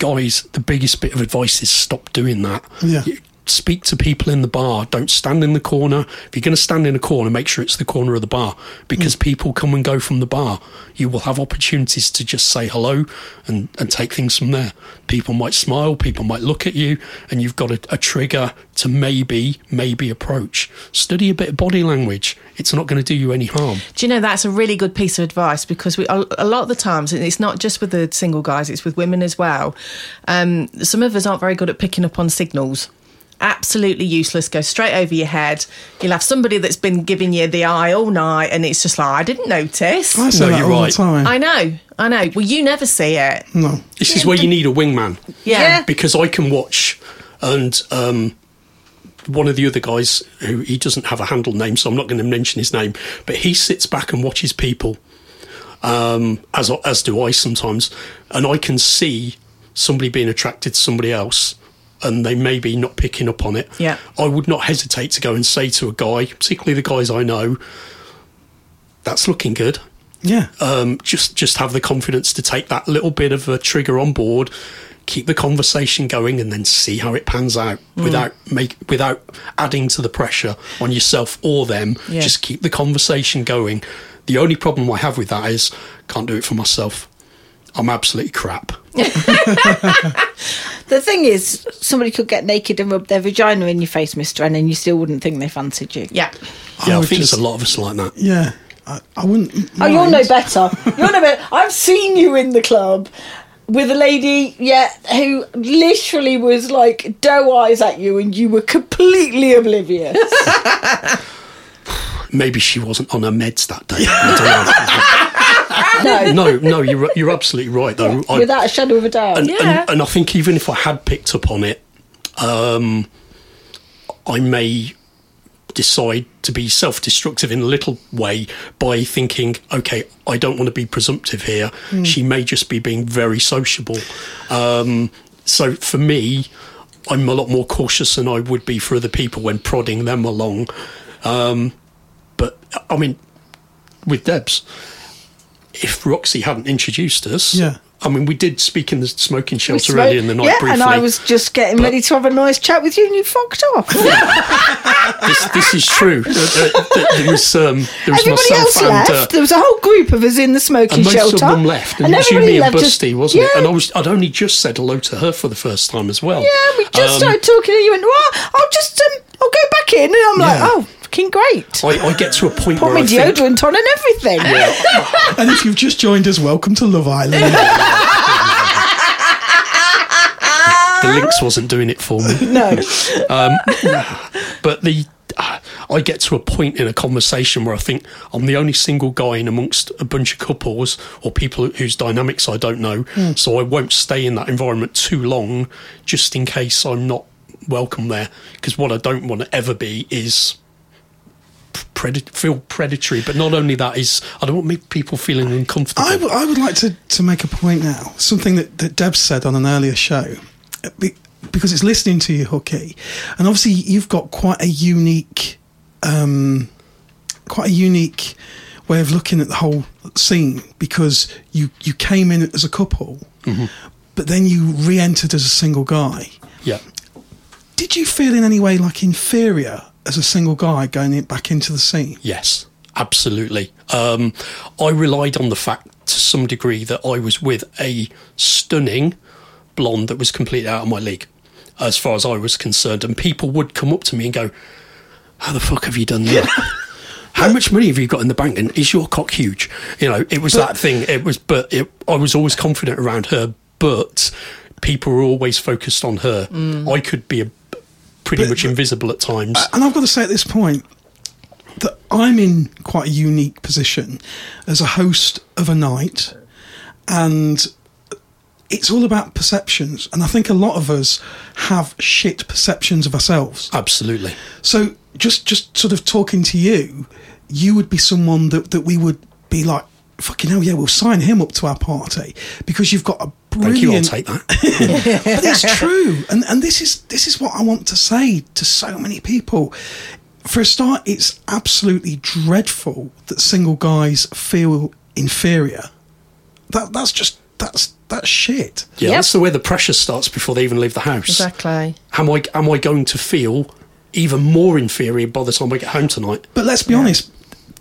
[SPEAKER 4] guys, the biggest bit of advice is stop doing that.
[SPEAKER 1] Yeah.
[SPEAKER 4] You- speak to people in the bar. Don't stand in the corner. If you're going to stand in a corner, make sure it's the corner of the bar because people come and go from the bar. You will have opportunities to just say hello and, and take things from there. People might smile, people might look at you, and you've got a, a trigger to maybe, maybe approach. Study a bit of body language. It's not going to do you any harm.
[SPEAKER 2] Do you know that's a really good piece of advice because we a a lot of the times, and it's not just with the single guys, it's with women as well. Um, some of us aren't very good at picking up on signals. Absolutely useless. Go straight over your head. You'll have somebody that's been giving you the eye all night, and it's just like I didn't notice.
[SPEAKER 1] I say
[SPEAKER 4] No,
[SPEAKER 1] that
[SPEAKER 4] you're
[SPEAKER 1] all
[SPEAKER 4] right.
[SPEAKER 1] the time.
[SPEAKER 2] I know, I know. Well, you never see it.
[SPEAKER 1] no.
[SPEAKER 4] This is where you need a wingman.
[SPEAKER 2] Yeah.
[SPEAKER 4] because I can watch, and um, one of the other guys who he doesn't have a handle name, so I'm not going to mention his name, but he sits back and watches people, um, as as do I sometimes, and I can see somebody being attracted to somebody else. And they may be not picking up on it.
[SPEAKER 2] Yeah.
[SPEAKER 4] I would not hesitate to go and say to a guy, particularly the guys I know, that's looking good
[SPEAKER 1] Yeah.
[SPEAKER 3] Uh,
[SPEAKER 4] um, just just have the confidence to take that little bit of a trigger on board, keep the conversation going, and then see how it pans out
[SPEAKER 1] Mm.
[SPEAKER 4] without make without adding to the pressure on yourself or them.
[SPEAKER 2] Yeah.
[SPEAKER 4] Just keep the conversation going. The only problem I have with that is can't do it for myself. I'm absolutely crap.
[SPEAKER 3] The thing is, somebody could get naked and rub their vagina in your face, Mister N, and you still wouldn't think they fancied you.
[SPEAKER 2] Yeah.
[SPEAKER 4] Yeah, I,
[SPEAKER 1] would
[SPEAKER 4] think
[SPEAKER 1] just-
[SPEAKER 4] there's a lot of us like that.
[SPEAKER 1] yeah. I, I wouldn't.
[SPEAKER 3] Oh,
[SPEAKER 1] mind.
[SPEAKER 3] you're no better. You're no better. I've seen you in the club with a lady, yeah, who literally was like doe eyes at you, and you were completely oblivious.
[SPEAKER 4] Maybe she wasn't on her meds that day. I
[SPEAKER 3] no,
[SPEAKER 4] don't know. no, no, you're you're absolutely right though. I-
[SPEAKER 3] without a shadow of a doubt.
[SPEAKER 4] and,
[SPEAKER 2] Yeah.
[SPEAKER 4] and, and I think even if I had picked up on it, um, I may decide to be self-destructive in a little way by thinking, okay, I don't want to be presumptive here. She may just be being very sociable. Um, so for me, I'm a lot more cautious than I would be for other people when prodding them along. Um, but I mean, with Debs, if Roxy hadn't introduced us,
[SPEAKER 1] Yeah.
[SPEAKER 4] I mean, we did speak in the smoking
[SPEAKER 3] We
[SPEAKER 4] shelter
[SPEAKER 3] spoke-
[SPEAKER 4] earlier in the night
[SPEAKER 3] yeah,
[SPEAKER 4] briefly.
[SPEAKER 3] and I was just getting ready to have a nice chat with you, and you fucked off.
[SPEAKER 4] this, this is true. Uh, uh, th- there was um, there was
[SPEAKER 3] Everybody
[SPEAKER 4] myself
[SPEAKER 3] else
[SPEAKER 4] and
[SPEAKER 3] left.
[SPEAKER 4] uh,
[SPEAKER 3] there was a whole group of us in the smoking
[SPEAKER 4] and most
[SPEAKER 3] shelter.
[SPEAKER 4] of them left, and, it was you,
[SPEAKER 3] everybody
[SPEAKER 4] me, and
[SPEAKER 3] left us-
[SPEAKER 4] Busty, wasn't it?
[SPEAKER 3] yeah,
[SPEAKER 4] And I was I'd only just said hello to her for the first time as well.
[SPEAKER 3] Yeah, we just
[SPEAKER 4] Um,
[SPEAKER 3] started talking, and you went, "Well, I'll just, um, I'll go back in," and I'm like,
[SPEAKER 4] Yeah.
[SPEAKER 3] "Oh, fucking great!
[SPEAKER 4] I, I get to a point
[SPEAKER 3] Put
[SPEAKER 4] where
[SPEAKER 3] my
[SPEAKER 4] I think,
[SPEAKER 3] deodorant on and everything."
[SPEAKER 1] And if you've just joined us, welcome to Love Island.
[SPEAKER 4] the links wasn't doing it for me. Um,
[SPEAKER 3] No,
[SPEAKER 4] But the uh, I get to a point in a conversation where I think I'm the only single guy in amongst a bunch of couples or people whose dynamics I don't know.
[SPEAKER 1] Hmm.
[SPEAKER 4] So I won't stay in that environment too long, just in case I'm not welcome there. Because what I don't want to ever be is predat- feel predatory. But not only that is I don't want me- people feeling uncomfortable.
[SPEAKER 1] I, w- I would like to, to make a point now, something that, that Deb said on an earlier show, be- because it's listening to you, Hooky. And obviously, you've got quite a unique, um, quite a unique way of looking at the whole scene because you, you came in as a couple,
[SPEAKER 3] Mm-hmm.
[SPEAKER 1] but then you re entered as a single guy.
[SPEAKER 4] yeah.
[SPEAKER 1] Did you feel in any way like inferior as a single guy going in, back into the scene?
[SPEAKER 4] Yes, absolutely. Um, I relied on the fact to some degree that I was with a stunning blonde that was completely out of my league as far as I was concerned. And people would come up to me and go, How the fuck have you done that? How much money have you got in the bank? And is your cock huge? You know, it was that thing. It was, but it, I was always confident around her, but people were always focused on her. I could be a, pretty much invisible at times.
[SPEAKER 1] and I've got to say at this point that I'm in quite a unique position as a host of a night, and it's all about perceptions. And I think a lot of us have shit perceptions of ourselves.
[SPEAKER 4] absolutely.
[SPEAKER 1] So just just sort of talking to you, you would be someone that that we would be like. Fucking hell, yeah, we'll sign him up to our party because you've got a brilliant.
[SPEAKER 4] Thank you. I'll take that.
[SPEAKER 1] but it's true, and and this is this is what I want to say to so many people. For a start, it's absolutely dreadful that single guys feel inferior. That that's just that's that's shit.
[SPEAKER 4] Yeah, that's the way the pressure starts before they even leave the house.
[SPEAKER 2] Exactly.
[SPEAKER 4] Am I am I going to feel even more inferior by the time I get home tonight?
[SPEAKER 1] But let's be honest,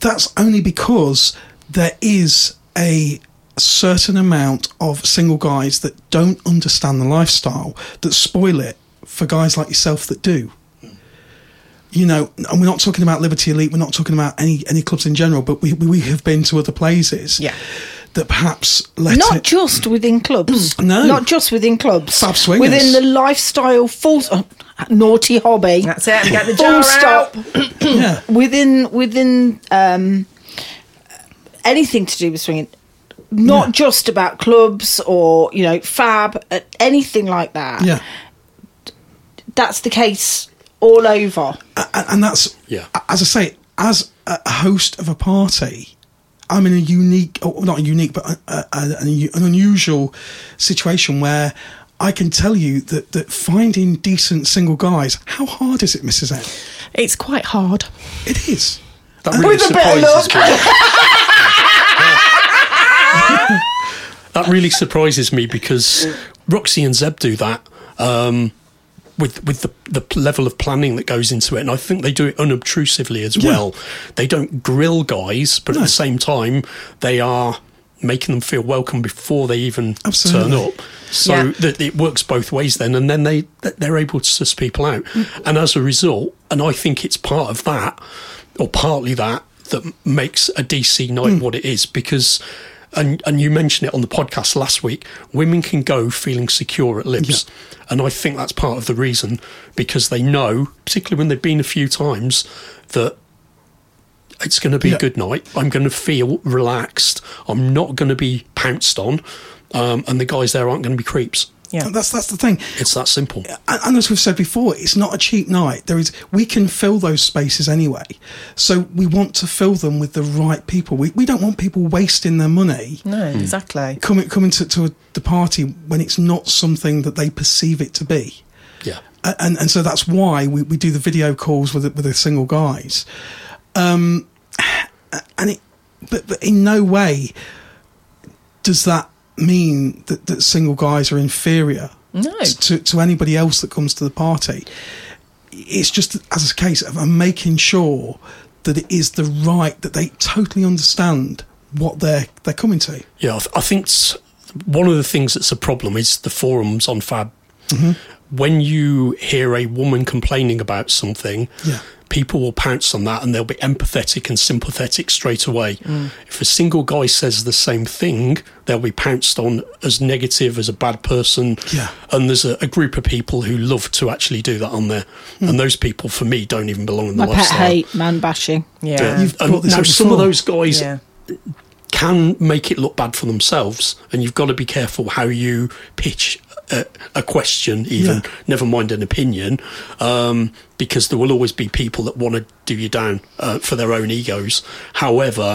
[SPEAKER 1] that's only because there is a certain amount of single guys that don't understand the lifestyle that spoil it for guys like yourself that do. You know, and we're not talking about Liberty Elite, we're not talking about any any clubs in general, but we, we have been to other places
[SPEAKER 2] Yeah.
[SPEAKER 1] that perhaps let
[SPEAKER 3] Not
[SPEAKER 1] it,
[SPEAKER 3] just within
[SPEAKER 4] Mm,
[SPEAKER 3] clubs.
[SPEAKER 1] No.
[SPEAKER 3] Not just within clubs.
[SPEAKER 1] Fab swingers.
[SPEAKER 3] Within the lifestyle, full oh, naughty hobby.
[SPEAKER 2] That's it. Get the jar
[SPEAKER 3] full stop.
[SPEAKER 1] yeah.
[SPEAKER 3] within within um, anything to do with swinging, not just about clubs or you know fab, uh, anything like that.
[SPEAKER 1] Yeah.
[SPEAKER 3] That's the case all over.
[SPEAKER 1] and, and that's
[SPEAKER 4] Yeah.
[SPEAKER 1] As I say, as a a host of a party, I'm in a unique, oh, not a unique, but a, a, a- an u- an unusual situation where I can tell you that that finding decent single guys, how hard is it, Mrs. M?
[SPEAKER 2] It's quite hard.
[SPEAKER 1] It is.
[SPEAKER 4] That really
[SPEAKER 3] With a bit of
[SPEAKER 4] surprises me. that really surprises me because Roxy and Zeb do that um, with with the, the level of planning that goes into it, and I think they do it unobtrusively as
[SPEAKER 1] Yeah.
[SPEAKER 4] well. They don't grill guys, but at the same time, they are making them feel welcome before they even
[SPEAKER 1] Absolutely.
[SPEAKER 4] turn up. So
[SPEAKER 2] Yeah.
[SPEAKER 4] that it works both ways then, and then they that they're able to suss people out, and as a result, and I think it's part of that, or partly that that m- makes a DC night what it is because. And, and you mentioned it on the podcast last week. Women can go feeling secure at Libs, and I think that's part of the reason because they know, particularly when they've been a few times, that it's going to be
[SPEAKER 1] Yeah.
[SPEAKER 4] a good night. I'm going to feel relaxed. I'm not going to be pounced on, um, and the guys there aren't going to be creeps.
[SPEAKER 2] Yeah.
[SPEAKER 1] And That's that's the thing.
[SPEAKER 4] It's that simple.
[SPEAKER 1] and, and as we've said before, it's not a cheap night. There is we can fill those spaces anyway, so we want to fill them with the right people. We we don't want people wasting their money
[SPEAKER 2] No,
[SPEAKER 3] Hmm.
[SPEAKER 2] exactly.
[SPEAKER 1] coming coming to, to the party when it's not something that they perceive it to be.
[SPEAKER 4] Yeah.
[SPEAKER 1] A- And and so that's why we, we do the video calls with the, with the single guys, um, and it, but but in no way does that mean that, that single guys are inferior
[SPEAKER 2] No.
[SPEAKER 1] to to anybody else that comes to the party. It's just as a case of I'm making sure that it is the right that they totally understand what they're they're coming to.
[SPEAKER 4] Yeah, I, th- I think s- one of the things that's a problem is the forums on Fab.
[SPEAKER 1] Mm-hmm.
[SPEAKER 4] When you hear a woman complaining about something,
[SPEAKER 1] Yeah.
[SPEAKER 4] people will pounce on that and they'll be empathetic and sympathetic straight away.
[SPEAKER 1] Mm.
[SPEAKER 4] If a single guy says the same thing, they'll be pounced on as negative, as a bad person.
[SPEAKER 1] Yeah.
[SPEAKER 4] And there's a, a group of people who love to actually do that on there.
[SPEAKER 1] Mm.
[SPEAKER 4] And those people, for me, don't even belong in the
[SPEAKER 3] My pet
[SPEAKER 4] lifestyle.
[SPEAKER 3] hate man bashing.
[SPEAKER 2] Yeah.
[SPEAKER 1] You've
[SPEAKER 4] And
[SPEAKER 1] brought this
[SPEAKER 4] now
[SPEAKER 1] up
[SPEAKER 4] some of
[SPEAKER 1] before.
[SPEAKER 4] those guys
[SPEAKER 2] Yeah.
[SPEAKER 4] can make it look bad for themselves, and you've got to be careful how you pitch a, a question, even
[SPEAKER 1] Yeah.
[SPEAKER 4] never mind an opinion, um, because there will always be people that want to do you down uh, for their own egos. However,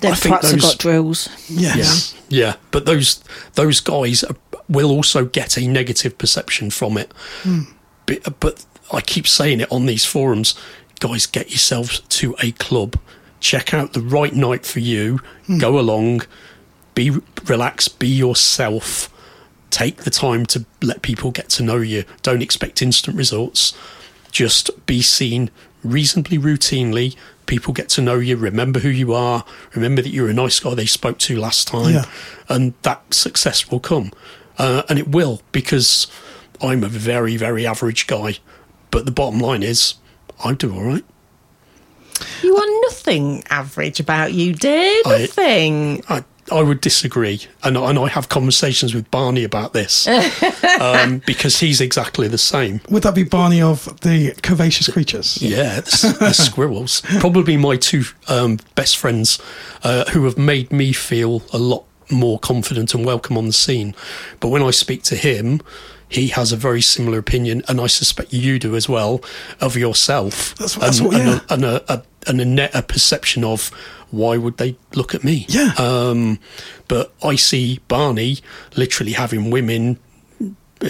[SPEAKER 3] Them
[SPEAKER 4] I think
[SPEAKER 3] twats have
[SPEAKER 4] those
[SPEAKER 3] got drills.
[SPEAKER 1] Yes.
[SPEAKER 4] yeah, but those those guys are, will also get a negative perception from it.
[SPEAKER 3] Hmm.
[SPEAKER 4] But, but I keep saying it on these forums, guys, get yourselves to a club, check out the right night for you,
[SPEAKER 3] Hmm.
[SPEAKER 4] go along, be relaxed, be yourself. Take the time to let people get to know you. Don't expect instant results. Just be seen reasonably routinely. People get to know you, remember who you are, remember that you're a nice guy they spoke to last time,
[SPEAKER 1] Yeah.
[SPEAKER 4] and that success will come. Uh, and it will because I'm a very, very average guy. But the bottom line is, I do all right.
[SPEAKER 2] You are nothing average about you, dear.
[SPEAKER 4] I-
[SPEAKER 2] Nothing.
[SPEAKER 4] I, I would disagree, and and I have conversations with Barney about this um, because he's exactly the same.
[SPEAKER 1] Would that be Barney of the Curvaceous Creatures?
[SPEAKER 4] Yeah, the, s- the squirrels. Probably my two um, best friends uh, who have made me feel a lot more confident and welcome on the scene. But when I speak to him, he has a very similar opinion, and I suspect you do as well, of yourself.
[SPEAKER 1] That's- that's
[SPEAKER 4] and,
[SPEAKER 1] what- yeah.
[SPEAKER 4] and, a, and, a, a, and a, net, a perception of why would they look at me?
[SPEAKER 1] Yeah.
[SPEAKER 4] Um, but I see Barney literally having women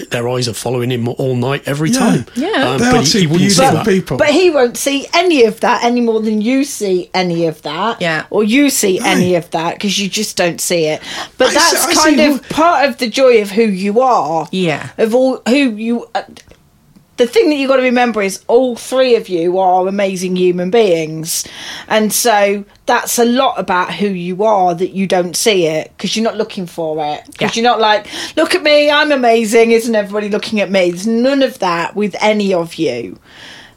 [SPEAKER 4] their eyes are following him all night every
[SPEAKER 1] Yeah.
[SPEAKER 4] time.
[SPEAKER 6] Yeah.
[SPEAKER 4] um,
[SPEAKER 1] They are
[SPEAKER 4] but he,
[SPEAKER 1] two
[SPEAKER 4] he wouldn't see
[SPEAKER 1] beautiful
[SPEAKER 4] that.
[SPEAKER 1] people.
[SPEAKER 3] But he won't see any of that any more than you see any of that.
[SPEAKER 2] Yeah.
[SPEAKER 3] Or you see any of that because you just don't see it. But
[SPEAKER 1] I
[SPEAKER 3] that's
[SPEAKER 1] see- I
[SPEAKER 3] kind
[SPEAKER 1] see
[SPEAKER 3] of part of the joy of who you are.
[SPEAKER 2] Yeah.
[SPEAKER 3] Of all who you. Uh, the thing that you've got to remember is all three of you are amazing human beings. And so that's a lot about who you are that you don't see it because you're not looking for it.
[SPEAKER 2] Yeah.
[SPEAKER 3] Because you're not like, look at me, I'm amazing. Isn't everybody looking at me? There's none of that with any of you.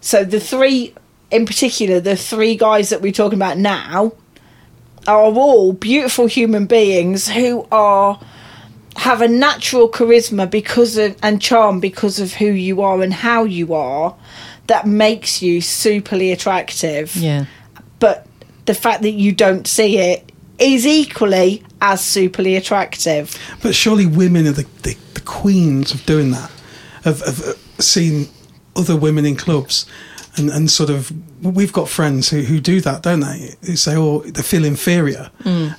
[SPEAKER 3] So the three, in particular, the three guys that we're talking about now, are all beautiful human beings who are have a natural charisma because of and charm because of who you are and how you are that makes you superly attractive
[SPEAKER 2] Yeah.
[SPEAKER 3] but the fact that you don't see it is equally as superly attractive
[SPEAKER 1] But surely women are the, the, the queens of doing that, of, of uh, seeing other women in clubs. And, and sort of, we've got friends who, who do that, don't they? Who say, oh, they feel inferior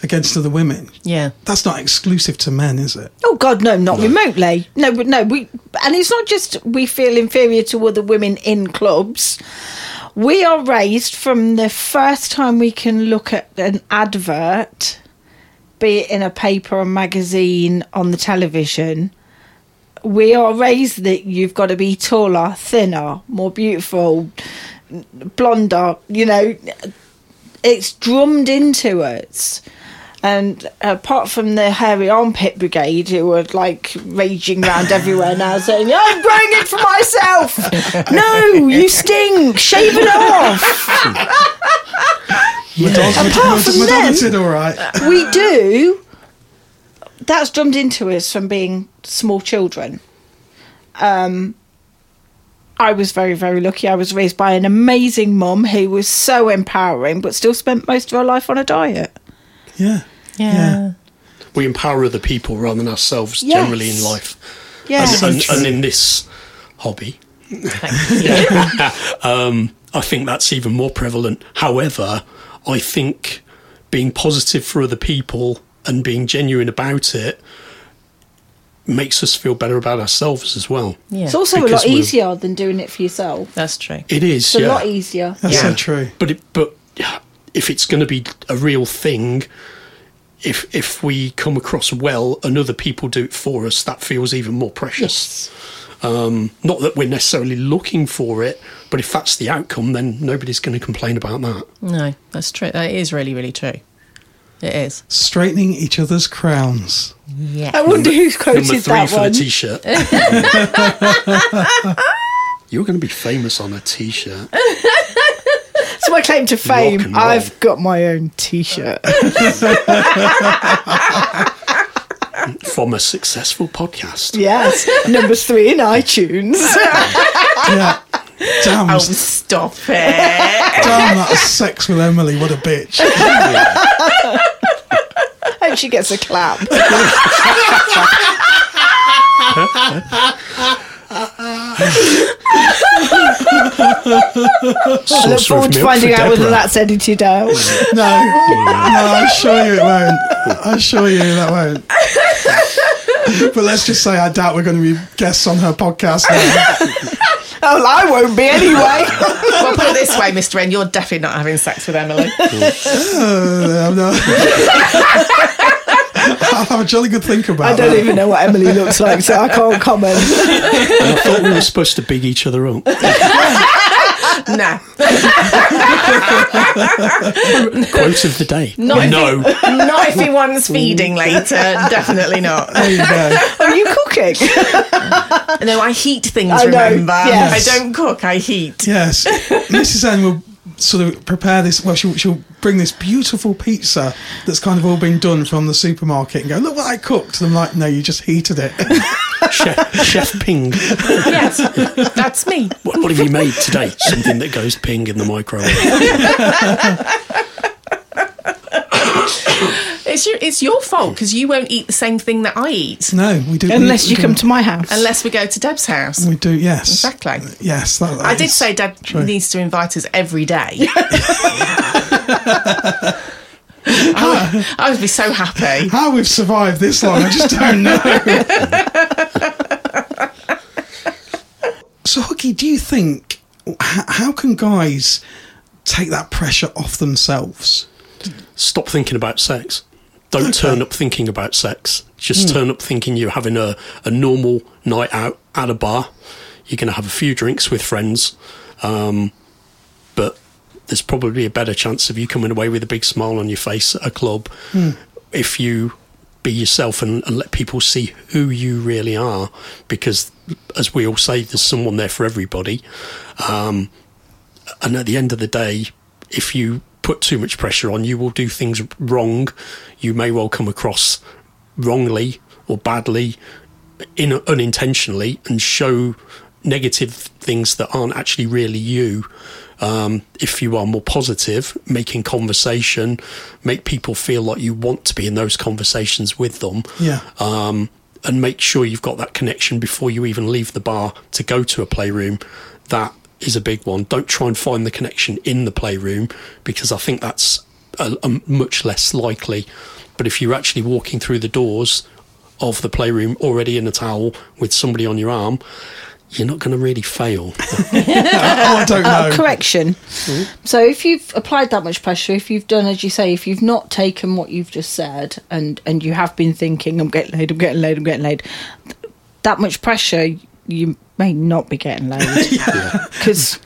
[SPEAKER 1] against other women.
[SPEAKER 2] Yeah.
[SPEAKER 1] That's not exclusive to men, is it?
[SPEAKER 3] Oh God, no, not remotely. No, but no, we and it's not just we feel inferior to other women in clubs. We are raised from the first time we can look at an advert, be it in a paper, a magazine, on the television. We are raised that you've got to be taller, thinner, more beautiful, blonder. You know, it's drummed into us. And apart from the hairy armpit brigade, who are like raging round everywhere now, saying, "I'm growing it for myself." no, you stink. Shave it off.
[SPEAKER 1] Madonna,
[SPEAKER 3] Apart from
[SPEAKER 1] Madonna
[SPEAKER 3] them-
[SPEAKER 1] did all right.
[SPEAKER 3] We do. That's drummed into us from being small children. Um, I was very, very lucky. I was raised by an amazing mum who was so empowering, but still spent most of her life on a diet.
[SPEAKER 1] Yeah.
[SPEAKER 2] Yeah.
[SPEAKER 4] We empower other people rather than ourselves
[SPEAKER 3] Yes.
[SPEAKER 4] generally in life.
[SPEAKER 3] Yeah.
[SPEAKER 4] And, and, and in this hobby, um, I think that's even more prevalent. However, I think being positive for other people and being genuine about it makes us feel better about ourselves as well.
[SPEAKER 3] It's also a
[SPEAKER 4] Because
[SPEAKER 3] lot
[SPEAKER 4] we're-
[SPEAKER 3] easier than doing it for yourself.
[SPEAKER 2] That's true.
[SPEAKER 4] It is.
[SPEAKER 3] It's a
[SPEAKER 4] yeah.
[SPEAKER 3] lot easier.
[SPEAKER 1] That's
[SPEAKER 4] Yeah.
[SPEAKER 1] so true.
[SPEAKER 4] But it, but if it's going to be a real thing, if if we come across well and other people do it for us, that feels even more precious. Um, not that we're necessarily looking for it, but if that's the outcome, then nobody's going to complain about that.
[SPEAKER 2] No, that's true. That is really, really true. It is.
[SPEAKER 1] Straightening each other's crowns.
[SPEAKER 3] I wonder who's quoted
[SPEAKER 4] Number three
[SPEAKER 3] that
[SPEAKER 4] for
[SPEAKER 3] one.
[SPEAKER 4] the t-shirt. You're going to be famous on a t-shirt.
[SPEAKER 3] That's my claim to
[SPEAKER 4] Rock and
[SPEAKER 3] fame.
[SPEAKER 4] roll.
[SPEAKER 3] I've got my own T-shirt.
[SPEAKER 4] from a successful podcast.
[SPEAKER 3] yes, number three in iTunes.
[SPEAKER 1] Yeah. Damn,
[SPEAKER 2] Oh, stop it.
[SPEAKER 1] damn that sex with Emily. What a bitch.
[SPEAKER 3] Hope she gets a clap. I look forward to finding out whether that's edited out.
[SPEAKER 1] No, no, I assure you it won't. I assure you that won't. But let's just say I doubt we're going to be guests on her podcast now.
[SPEAKER 3] Oh, well, I won't be anyway.
[SPEAKER 2] well, put it this way, Mr. N, you're definitely not having sex with Emily.
[SPEAKER 1] Uh, no. I'll have a jolly good think
[SPEAKER 3] I
[SPEAKER 1] about
[SPEAKER 3] don't
[SPEAKER 1] it.
[SPEAKER 3] even know what Emily looks like, so I can't comment.
[SPEAKER 4] I thought we were supposed to big each other up.
[SPEAKER 2] no.
[SPEAKER 4] Quote of the day.
[SPEAKER 2] Not if
[SPEAKER 4] no.
[SPEAKER 2] He, not if he wants feeding later. Definitely not.
[SPEAKER 1] There you go.
[SPEAKER 3] Are you cooking?
[SPEAKER 2] No, I heat things,
[SPEAKER 3] I know,
[SPEAKER 2] remember?
[SPEAKER 3] yes.
[SPEAKER 2] I don't cook, I heat.
[SPEAKER 1] Yes. Mrs. N will sort of prepare this. Well, she'll, she'll bring this beautiful pizza that's kind of all been done from the supermarket and go, look what I cooked. And I'm like, no, you just heated it.
[SPEAKER 4] Chef, Chef Ping.
[SPEAKER 2] yes, that's me.
[SPEAKER 4] What, what have you made today? Something that goes ping in the microwave.
[SPEAKER 2] It's your, it's your fault because you won't eat the same thing that I eat
[SPEAKER 1] no, we do.
[SPEAKER 3] Unless
[SPEAKER 1] we,
[SPEAKER 3] you
[SPEAKER 1] we
[SPEAKER 3] come
[SPEAKER 1] do-
[SPEAKER 3] to my house.
[SPEAKER 2] unless we go to Deb's house.
[SPEAKER 1] We do, yes.
[SPEAKER 2] Exactly.
[SPEAKER 1] Yes. That, that
[SPEAKER 2] I did
[SPEAKER 1] is-
[SPEAKER 2] say Deb
[SPEAKER 1] true.
[SPEAKER 2] needs to invite us every day. I, would, I would be so happy.
[SPEAKER 1] How we've survived this long, I just don't know. So, Hookie, do you think h- how can guys take that pressure off themselves?
[SPEAKER 4] Stop thinking about sex. Don't turn up thinking about sex. Just turn up thinking you're having a, a normal night out at a bar. You're going to have a few drinks with friends. Um, but there's probably a better chance of you coming away with a big smile on your face at a club if you be yourself and, and let people see who you really are. Because, as we all say, there's someone there for everybody. Um, and at the end of the day, if you put too much pressure on, you will do things wrong. You may well come across wrongly or badly, in, unintentionally, and show negative things that aren't actually really you. Um, if you are more positive, making conversation, make people feel like you want to be in those conversations with them
[SPEAKER 1] Yeah.
[SPEAKER 4] um, and make sure you've got that connection before you even leave the bar to go to a playroom. That is a big one. Don't try and find the connection in the playroom because I think that's a, a much less likely. But if you're actually walking through the doors of the playroom already in a towel with somebody on your arm, you're not going to really fail.
[SPEAKER 1] oh, I don't
[SPEAKER 3] Uh,
[SPEAKER 4] Um,
[SPEAKER 1] know.
[SPEAKER 3] correction. So, if you've applied that much pressure, if you've done, as you say, if you've not taken what you've just said, and and you have been thinking, "I'm getting laid, I'm getting laid, I'm getting laid," th- that much pressure, you may not be getting laid because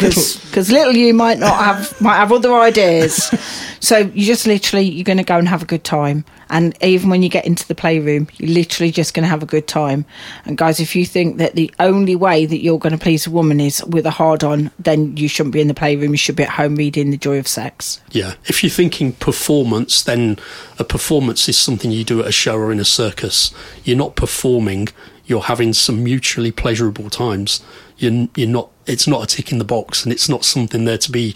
[SPEAKER 3] little you might not have might have other ideas. so you just literally you're going to go and have a good time, and even when you get into the playroom, you're literally just going to have a good time. And guys, if you think that the only way that you're going to please a woman is with a hard on, then you shouldn't be in the playroom. You should be at home reading The Joy of Sex.
[SPEAKER 4] Yeah. If you're thinking performance, then a performance is something you do at a show or in a circus. You're not performing. You're having some mutually pleasurable times. You're, you're not. It's not a tick in the box, and it's not something there to be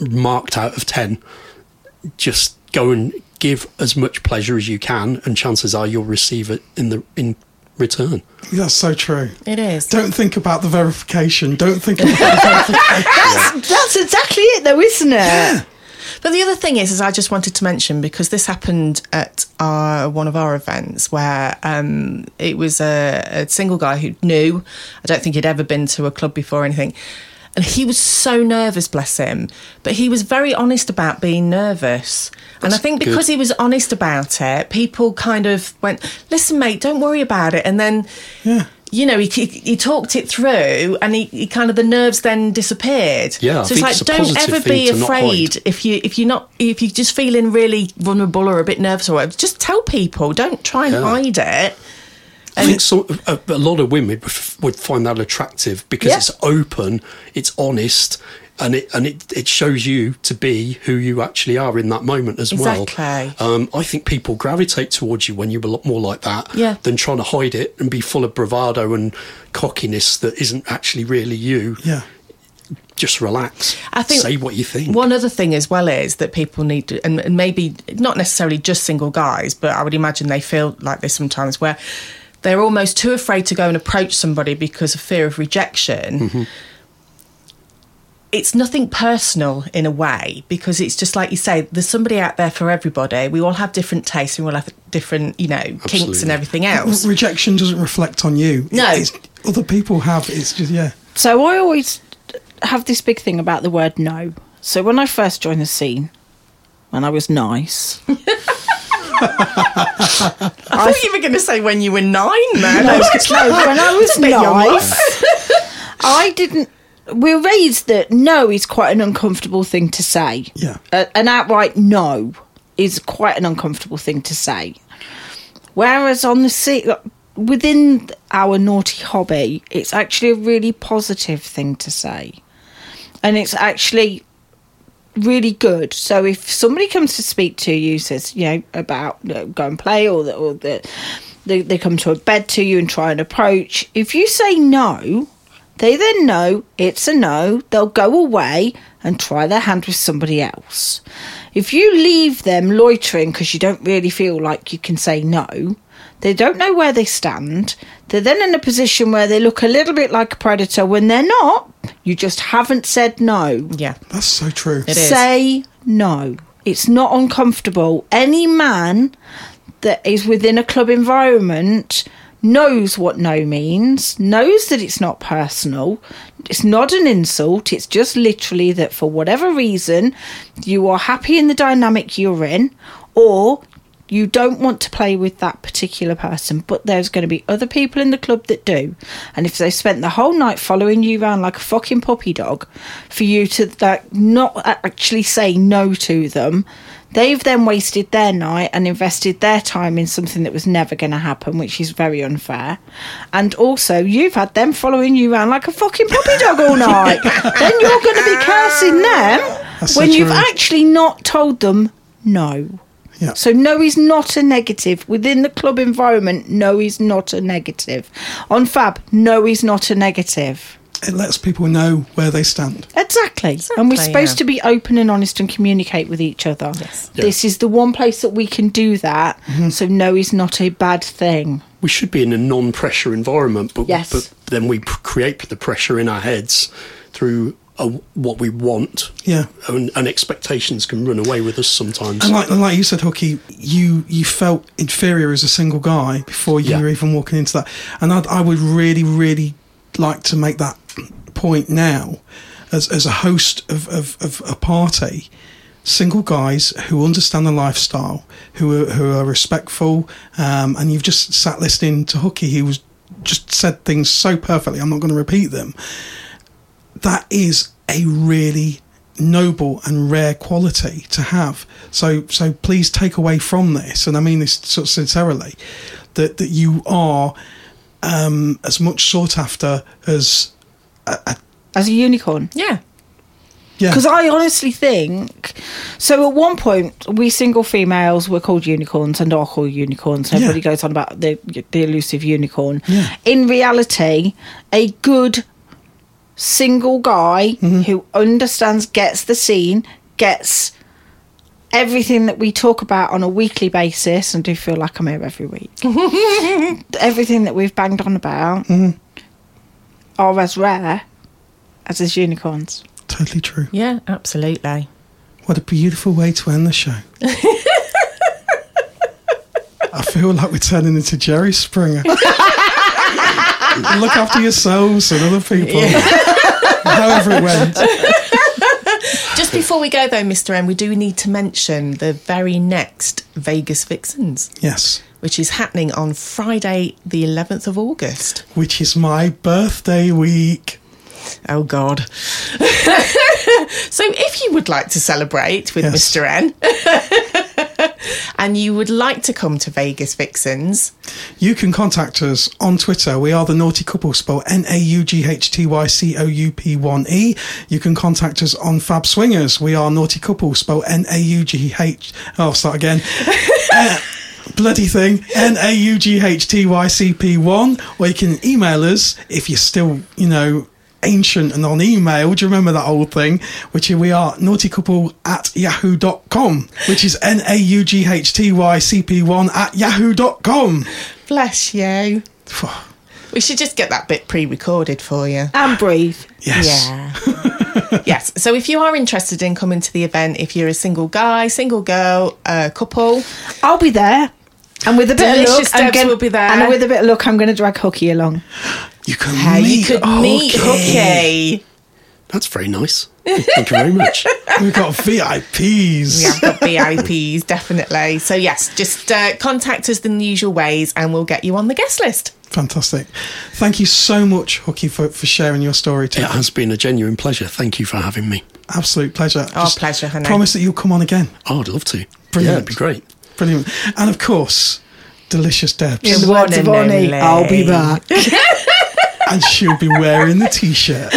[SPEAKER 4] marked out of ten. Just go and give as much pleasure as you can, and chances are you'll receive it in the in return.
[SPEAKER 1] That's so true.
[SPEAKER 2] It is.
[SPEAKER 1] Don't think about the verification. Don't think about the verification.
[SPEAKER 3] That's exactly it, though, isn't it?
[SPEAKER 2] But the other thing is, is I just wanted to mention because this happened at our, one of our events where um, it was a, a single guy who knew. I don't think he'd ever been to a club before or anything, and he was so nervous, bless him. But he was very honest about being nervous, and I think because he was honest about it, people kind of went, "Listen, mate, don't worry about it," and then.
[SPEAKER 1] Yeah.
[SPEAKER 2] You know, he, he, he talked it through, and he, he kind of the nerves then disappeared.
[SPEAKER 4] Yeah, I
[SPEAKER 2] so
[SPEAKER 4] think
[SPEAKER 2] it's like
[SPEAKER 4] it's a
[SPEAKER 2] don't
[SPEAKER 4] positive
[SPEAKER 2] ever
[SPEAKER 4] thing
[SPEAKER 2] be
[SPEAKER 4] to not
[SPEAKER 2] afraid
[SPEAKER 4] hide.
[SPEAKER 2] if you if you're not if you're just feeling really vulnerable or a bit nervous or whatever, just tell people. Don't try and
[SPEAKER 4] Yeah.
[SPEAKER 2] hide it.
[SPEAKER 4] I think so, a, a lot of women would f- would find that attractive because
[SPEAKER 2] Yeah.
[SPEAKER 4] it's open, it's honest, and it and it, it shows you to be who you actually are in that moment as
[SPEAKER 2] Exactly.
[SPEAKER 4] well. Um, I think people gravitate towards you when you're a lot more like that
[SPEAKER 2] Yeah.
[SPEAKER 4] than trying to hide it and be full of bravado and cockiness that isn't actually really you.
[SPEAKER 1] Yeah.
[SPEAKER 4] Just relax.
[SPEAKER 2] I think
[SPEAKER 4] say what you think.
[SPEAKER 2] One other thing as well is that people need to, and, and maybe not necessarily just single guys, but I would imagine they feel like this sometimes where they're almost too afraid to go and approach somebody because of fear of rejection.
[SPEAKER 4] Mm-hmm.
[SPEAKER 2] It's nothing personal in a way because it's just like you say, there's somebody out there for everybody. We all have different tastes and we all have different, you know, kinks and
[SPEAKER 4] Absolutely.
[SPEAKER 2] everything else.
[SPEAKER 1] Rejection doesn't reflect on you.
[SPEAKER 2] No.
[SPEAKER 1] It's, other people have. It's just, yeah.
[SPEAKER 3] So I always have this big thing about the word no. So when I first joined the scene, when I was nice,
[SPEAKER 2] I thought you were going to say when you were nine, man. I was just like,
[SPEAKER 3] no, when I was
[SPEAKER 2] bit young,
[SPEAKER 3] nice, I didn't. We were raised that no is quite an uncomfortable thing to say.
[SPEAKER 1] Yeah.
[SPEAKER 3] A- an outright no is quite an uncomfortable thing to say. Whereas on the sea, within our naughty hobby, it's actually a really positive thing to say. And it's actually really good. So if somebody comes to speak to you, says you know about you know, go and play, or the, or the they, they come to a bed to you and try and approach. If you say no, they then know it's a no. They'll go away and try their hand with somebody else. If you leave them loitering because you don't really feel like you can say no. They don't know where they stand. They're then in a position where they look a little bit like a predator when they're not. You just haven't said no.
[SPEAKER 2] yeah.
[SPEAKER 1] That's so true.
[SPEAKER 2] It is.
[SPEAKER 3] Say no. It's not uncomfortable. Any man that is within a club environment knows what no means, knows that it's not personal, it's not an insult, it's just literally that for whatever reason you are happy in the dynamic you're in, or you don't want to play with that particular person, but there's going to be other people in the club that do. And if they spent the whole night following you around like a fucking puppy dog, for you to like not actually say no to them, they've then wasted their night and invested their time in something that was never going to happen, which is very unfair. And also, you've had them following you around like a fucking puppy dog all night. then you're going to be cursing them
[SPEAKER 1] That's so
[SPEAKER 3] when you've
[SPEAKER 1] true.
[SPEAKER 3] actually not told them no.
[SPEAKER 1] Yeah.
[SPEAKER 3] So no is not a negative within the club environment. No is not a negative. On Fab, no is not a negative.
[SPEAKER 1] it lets people know where they stand.
[SPEAKER 3] Exactly. and we're
[SPEAKER 2] Exactly,
[SPEAKER 3] supposed
[SPEAKER 2] yeah.
[SPEAKER 3] to be open and honest and communicate with each other. Yes. This is the one place that we can do that. So no is not a bad thing.
[SPEAKER 4] we should be in a non-pressure environment, but,
[SPEAKER 3] Yes.
[SPEAKER 4] but then we p- create the pressure in our heads through a, what we want.
[SPEAKER 1] Yeah.
[SPEAKER 4] and, and expectations can run away with us sometimes.
[SPEAKER 1] And like, and like you said, Hooky, you you felt inferior as a single guy before you
[SPEAKER 4] Yeah.
[SPEAKER 1] were even walking into that. And I'd, I would really, really like to make that point now as, as a host of, of, of a party. Single guys who understand the lifestyle, who are, who are respectful, um, and you've just sat listening to Hooky, who was just said things so perfectly. I'm not going to repeat them. that is a really noble and rare quality to have. So so please take away from this, and I mean this sort of sincerely, that that you are um, as much sought after as
[SPEAKER 3] As a unicorn.
[SPEAKER 2] Yeah.
[SPEAKER 1] yeah.
[SPEAKER 3] Because I honestly think so. At one point, we single females were called unicorns and are called unicorns. and
[SPEAKER 1] Yeah.
[SPEAKER 3] Everybody goes on about the the elusive unicorn.
[SPEAKER 1] Yeah.
[SPEAKER 3] In reality, a good single guy
[SPEAKER 1] Mm-hmm.
[SPEAKER 3] who understands, gets the scene, gets everything that we talk about on a weekly basis, and do feel like I'm here every week. everything that we've banged on about
[SPEAKER 1] Mm-hmm.
[SPEAKER 3] are as rare as is unicorns.
[SPEAKER 1] totally true.
[SPEAKER 2] Yeah, absolutely.
[SPEAKER 1] What a beautiful way to end the show. I feel like we're turning into Jerry Springer. Look after yourselves and other people. However it went.
[SPEAKER 2] Just before we go, though, Mr. M, we do need to mention the very next Vegas Vixens,
[SPEAKER 1] Yes.
[SPEAKER 2] which is happening on Friday, the 11th of August.
[SPEAKER 1] Which is my birthday week.
[SPEAKER 2] Oh God! so, if you would like to celebrate with
[SPEAKER 1] Yes.
[SPEAKER 2] Mr. N, and you would like to come to Vegas Vixens,
[SPEAKER 1] You can contact us on Twitter. We are the Naughty Couple, spell N A U G H T Y C O U P 1 E. You can contact us on Fab Swingers. We are Naughty Couple, spell N A U G H. Oh, I'll start again. Eh, Bloody thing, N A U G H T Y C P 1. Or you can email us if you're still, you know, ancient and on email. Do you remember that old thing? Which we are naughtycouple at yahoo.com, which is N A U G H T Y C P 1 at yahoo.com.
[SPEAKER 2] bless you. We should just get that bit pre-recorded for you.
[SPEAKER 3] and breathe.
[SPEAKER 1] Yes.
[SPEAKER 2] Yeah. Oh, yes. So, if you are interested in coming to the event, if you're a single guy, single girl, uh, couple,
[SPEAKER 3] I'll be there. And with a bit of
[SPEAKER 2] Delicious
[SPEAKER 3] luck, I'm
[SPEAKER 2] Debs
[SPEAKER 3] gonna-
[SPEAKER 2] will be there.
[SPEAKER 3] And with a bit of luck, I'm going to drag Hooky along.
[SPEAKER 1] You can
[SPEAKER 2] uh,
[SPEAKER 1] meet.
[SPEAKER 2] you could meet Hooky.
[SPEAKER 4] That's very nice. Thank you very much.
[SPEAKER 1] We've got VIPs.
[SPEAKER 2] We have got VIPs, definitely. So, yes, just uh, contact us in the usual ways, and we'll get you on the guest list.
[SPEAKER 1] Fantastic. Thank you so much, Hooky, for, for sharing your story too.
[SPEAKER 4] It has been a genuine pleasure. Thank you for having me.
[SPEAKER 1] Absolute pleasure.
[SPEAKER 2] Our Oh, pleasure, honey.
[SPEAKER 1] Promise that you'll come on again.
[SPEAKER 4] Oh, I'd love to.
[SPEAKER 1] Brilliant.
[SPEAKER 4] Yeah, it'd be great.
[SPEAKER 1] Brilliant. And of course, Delicious Debs.
[SPEAKER 3] In Oh. the words of
[SPEAKER 2] One
[SPEAKER 3] Arnie,
[SPEAKER 2] and only.
[SPEAKER 3] I'll be back.
[SPEAKER 1] And she'll be wearing the t shirt.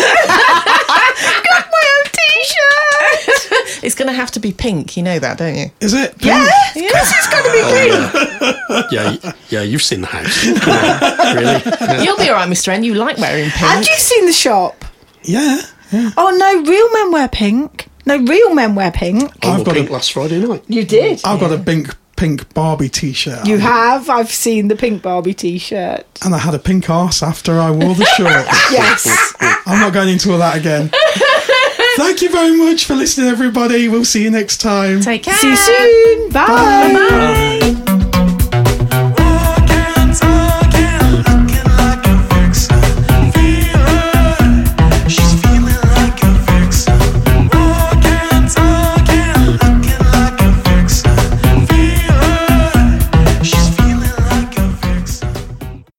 [SPEAKER 2] It's going to have to be pink. You know that, don't you?
[SPEAKER 1] Is it? Yeah.
[SPEAKER 4] Yeah, y- yeah, you've seen the house. Come on, really? Yeah.
[SPEAKER 2] You'll be all right, Mr. N. You like wearing
[SPEAKER 3] Have
[SPEAKER 2] pink.
[SPEAKER 3] you seen the shop?
[SPEAKER 1] Yeah. yeah.
[SPEAKER 3] Oh no, real men wear pink. No, real men wear pink.
[SPEAKER 4] I wore
[SPEAKER 1] got
[SPEAKER 4] pink
[SPEAKER 1] a-
[SPEAKER 4] last Friday night.
[SPEAKER 3] You did.
[SPEAKER 1] I've got a pink pink Barbie t shirt.
[SPEAKER 3] You have. I've seen the pink Barbie T-shirt.
[SPEAKER 1] and I had a pink arse after I wore the shorts.
[SPEAKER 3] Yes.
[SPEAKER 1] I'm not going into all that again. Thank you very much for listening, everybody. We'll see you next time.
[SPEAKER 2] Take care.
[SPEAKER 3] See you soon. Bye.
[SPEAKER 1] Bye.